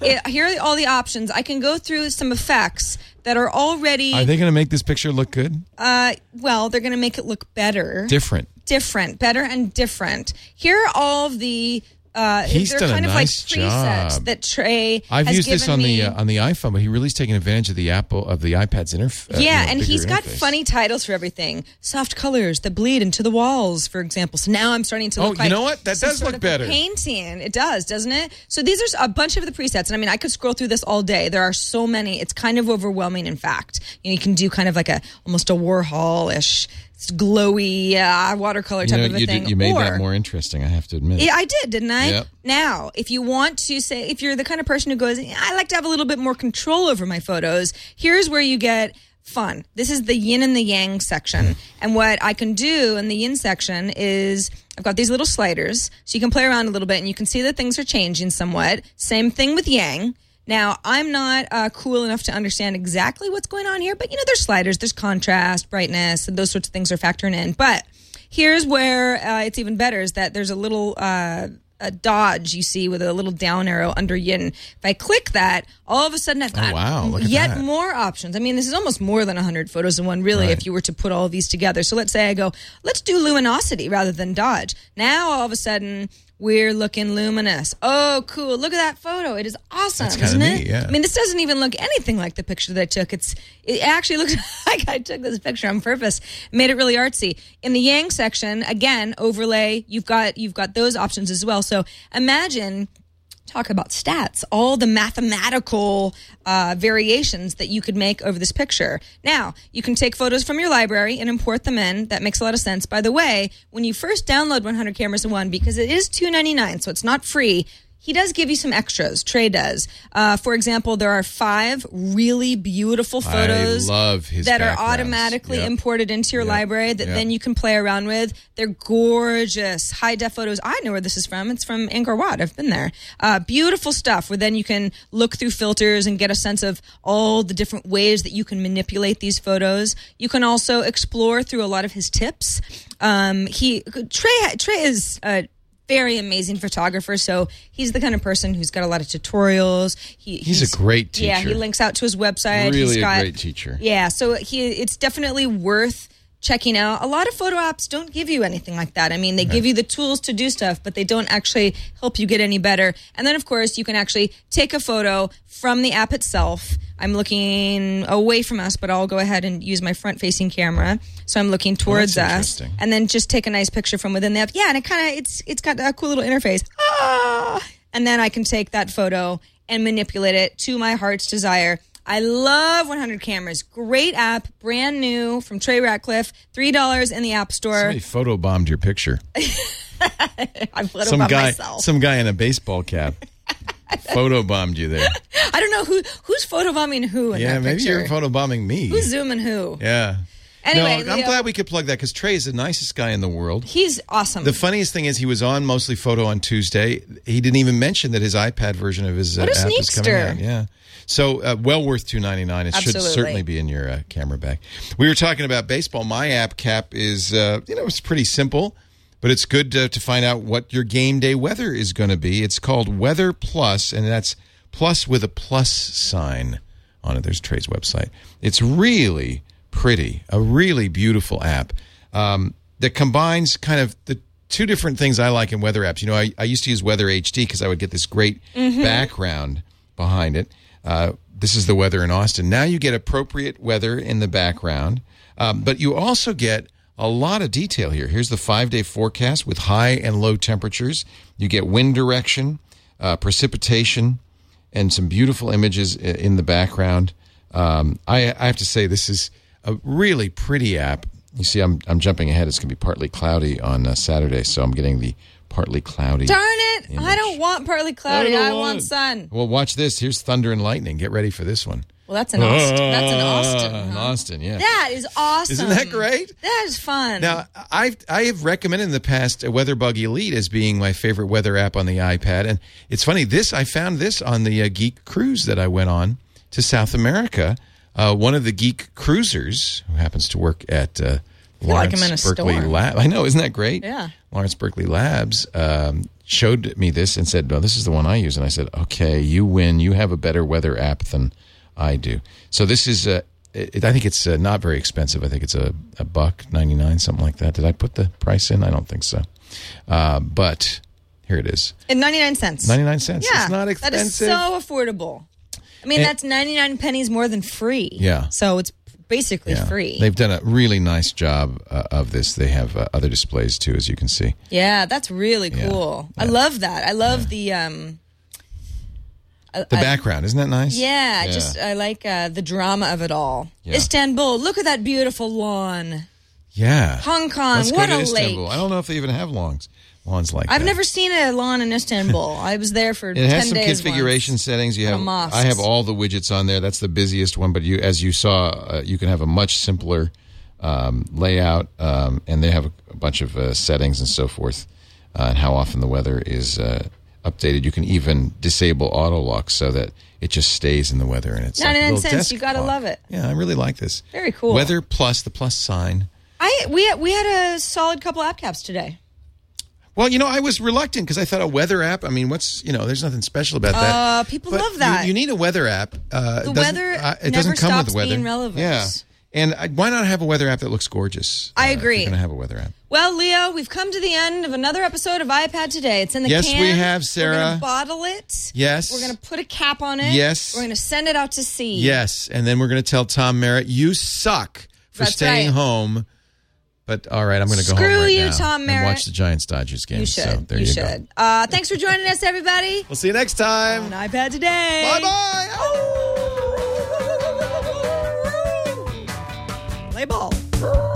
It, here are all the options. I can go through some effects that are already,
Are they going to make this picture look good?
uh, well, they're going to make it look better
Different.
different, better and different. Here are all the uh,
He's
they're
done a
kind of
nice
like presets
job.
that Trey
I've
has
used
given
this on the
me.
uh, on the iPhone, but he really is taking advantage of the Apple of the iPad's uh, interface.
yeah, and he's got funny titles for everything. Soft colors that bleed into the walls, for example. So now I'm starting to
Oh,
look
you
like
know what? That
some
does
sort
look
of
better.
Painting. It does, doesn't it? So these are a bunch of the presets. And I mean, I could scroll through this all day. There are so many. It's kind of overwhelming, in fact. You, know, you can do kind of like a almost a Warhol ish, glowy uh, watercolor
You
type
know,
of a
you,
thing.
did, you made
Or-
that more interesting. I have to admit.
Yeah, I did, didn't I?
Yep.
Now, if you want to say, if you're the kind of person who goes, "Yeah, I like to have a little bit more control over my photos, here's where you get fun. This is the yin and the yang section. And what I can do in the yin section is I've got these little sliders. So you can play around a little bit and you can see that things are changing somewhat. Same thing with yang. Now, I'm not uh, cool enough to understand exactly what's going on here, but you know, there's sliders, there's contrast, brightness, and those sorts of things are factoring in. But Here's where uh, it's even better is that there's a little uh, a dodge you see with a little down arrow under yin. If I click that, all of a sudden I've got
Oh, wow, look at
yet
that.
more options. I mean, this is almost more than 100 photos in one, really, if you were to put all these together. So let's say I go, let's do luminosity rather than dodge. Now all of a sudden we're looking luminous. Oh, cool. Look at that photo. It is awesome,
That's kinda
isn't it?
neat, yeah.
I mean, this doesn't even look anything like the picture that I took. It's it actually [LAUGHS] looks like I took this picture on purpose, made it really artsy. In the yang section, again, overlay. You've got you've got those options as well. So imagine talk about stats, all the mathematical uh, variations that you could make over this picture. Now, you can take photos from your library and import them in. That makes a lot of sense. By the way, when you first download 100 Cameras in One, because it is $2.99, so it's not free. He does give you some extras. Trey does. Uh, for example, there are five really beautiful
I
photos
love his
that are
backgrounds.
automatically
Yep.
imported into your library that
Yep.
then you can play around with. They're gorgeous, high def photos. I know where this is from. It's from Angkor Wat. I've been there. Uh, beautiful stuff. Where then you can look through filters and get a sense of all the different ways that you can manipulate these photos. You can also explore through a lot of his tips. Um, he Trey Trey is. Uh, very amazing photographer. So he's the kind of person who's got a lot of tutorials. He,
He's a great
Yeah, he
teacher.
links out to his website.
Really
he's
a
got,
great teacher.
Yeah, so he it's definitely worth checking out. A lot of photo apps don't give you anything like that. I mean, they give you the tools to do stuff, but they don't actually help you get any better. And then of course, you can actually take a photo from the app itself. I'm looking away from us, but I'll go ahead and use my front-facing camera. So I'm looking towards us
interesting.
and then just take a nice picture from within the app. Yeah, and it kind of it's it's got a cool little interface. Ah! And then I can take that photo and manipulate it to my heart's desire. I love 100 Cameras. Great app, brand new from Trey Ratcliffe. Three dollars in the App Store.
Somebody photobombed your
[LAUGHS]
picture.
I've little
Some
by
guy,
myself.
some guy in a baseball
[LAUGHS]
cap, photobombed you there.
I don't know who who's photobombing who in
Yeah,
that
maybe
picture.
you're photobombing me.
who's zooming who?
yeah.
Anyway,
no, I'm
Leo-
glad we could plug that because Trey is the nicest guy in the world.
He's awesome.
The funniest thing is he was on mostly photo on Tuesday. He didn't even mention that his iPad version of his uh,
What a
app is coming
sneakster.
out. Yeah, so uh, well worth two ninety nine. It should
Absolutely.
certainly be in your uh, camera bag. We were talking about baseball. My app cap is uh, you know it's pretty simple, but it's good uh, to find out what your game day weather is going to be. It's called Weather Plus, and that's plus with a plus sign on it. There's Trey's website. It's really pretty, a really beautiful app um, that combines kind of the two different things I like in weather apps. You know, I, I used to use Weather HD because I would get this great background behind it. Uh, this is the weather in Austin. Now you get appropriate weather in the background, um, but you also get a lot of detail here. Here's the five day forecast with high and low temperatures. You get wind direction, uh, precipitation, and some beautiful images i- in the background. Um, I, I have to say, this is a really pretty app. You see, I'm I'm jumping ahead. It's going to be partly cloudy on uh, Saturday, so I'm getting the partly cloudy.
Darn it! I
image.
don't want partly cloudy. I, want
it.
sun.
Well, watch this. Here's thunder and lightning. Get ready for this one.
Well, that's an Austin. That's an Austin.
Ah,
huh?
in Austin, yeah.
That is awesome.
Isn't that great?
That is fun.
Now, I've I have recommended in the past uh, WeatherBug Elite as being my favorite weather app on the iPad, and it's funny. This I found this on the uh, Geek Cruise that I went on to South America. Uh, one of the Geek Cruisers who happens to work at uh,
like
Lawrence
I'm in a
Berkeley
storm.
Lab. I know, isn't that great?
Yeah.
Lawrence Berkeley Labs um, showed me this and said, "No, this is the one I use." And I said, "Okay, you win. You have a better weather app than I do." So this is uh, it, I think it's uh, not very expensive. I think it's a, a buck ninety nine, something like that. Did I put the price in? I don't think so. Uh, but here it is,
and 99 cents.
ninety nine cents.
Yeah.
it's not
That
expensive.
is so affordable. I mean,
And-
that's 99 pennies more than free.
Yeah.
So it's basically
Yeah.
free.
They've done a really nice job uh, of this. They have uh, other displays too, as you can see.
yeah, that's really
Yeah.
cool. I
Yeah.
love that. I love the um I-
The
I-
background isn't that nice?
Yeah, just I like uh, the drama of it all.
Yeah.
Istanbul, look at that beautiful lawn.
Yeah.
Hong Kong,
Let's
what
go to
a
Istanbul.
lake.
I don't know if they even have lawns, lawns like
I've
that.
never seen a lawn in Istanbul.
[LAUGHS]
I was there for
It
10
has some
days
configuration
once.
settings. You
At a
have
mosque.
I have all the widgets on there. That's the busiest one, but you as you saw, uh, you can have a much simpler um, layout, um, and they have a, a bunch of uh, settings and so forth, uh, and how often the weather is uh, updated. You can even disable auto lock so that it just stays in the weather, and it's like a
99
little
cents.
desk
You gotta
clock.
love it.
Yeah, I really like this.
Very cool.
Weather plus the plus sign.
I we had, we had a solid couple app caps today.
Well, you know, I was reluctant because I thought a weather app. I mean, what's you know, there's nothing special about that.
Uh, people
But
love
you-
that.
You, need a weather app. Uh,
The
doesn't-
weather
uh, it
never
doesn't come
stops
with weather.
being relevant.
Yeah, and I, why not have a weather app that looks gorgeous?
I
Uh, if
agree.
You're gonna have a weather app.
Well, Leo, we've come to the end of another episode of iPad Today. It's in the
Yes,
can.
we have,
We're going
Sarah.
to bottle it.
Yes.
We're going to put a cap on it.
Yes.
We're going to send it out to sea.
Yes, and then we're gonna tell Tom Merritt you suck for
That's
staying
right.
home. But all right, I'm gonna go
Screw
home right
you,
now
Tom
and
Merritt.
watch the Giants Dodgers game.
You should.
So there you, go.
should. Uh, thanks for joining us, everybody.
We'll see you next time.
On iPad Today.
Bye bye.
Play ball.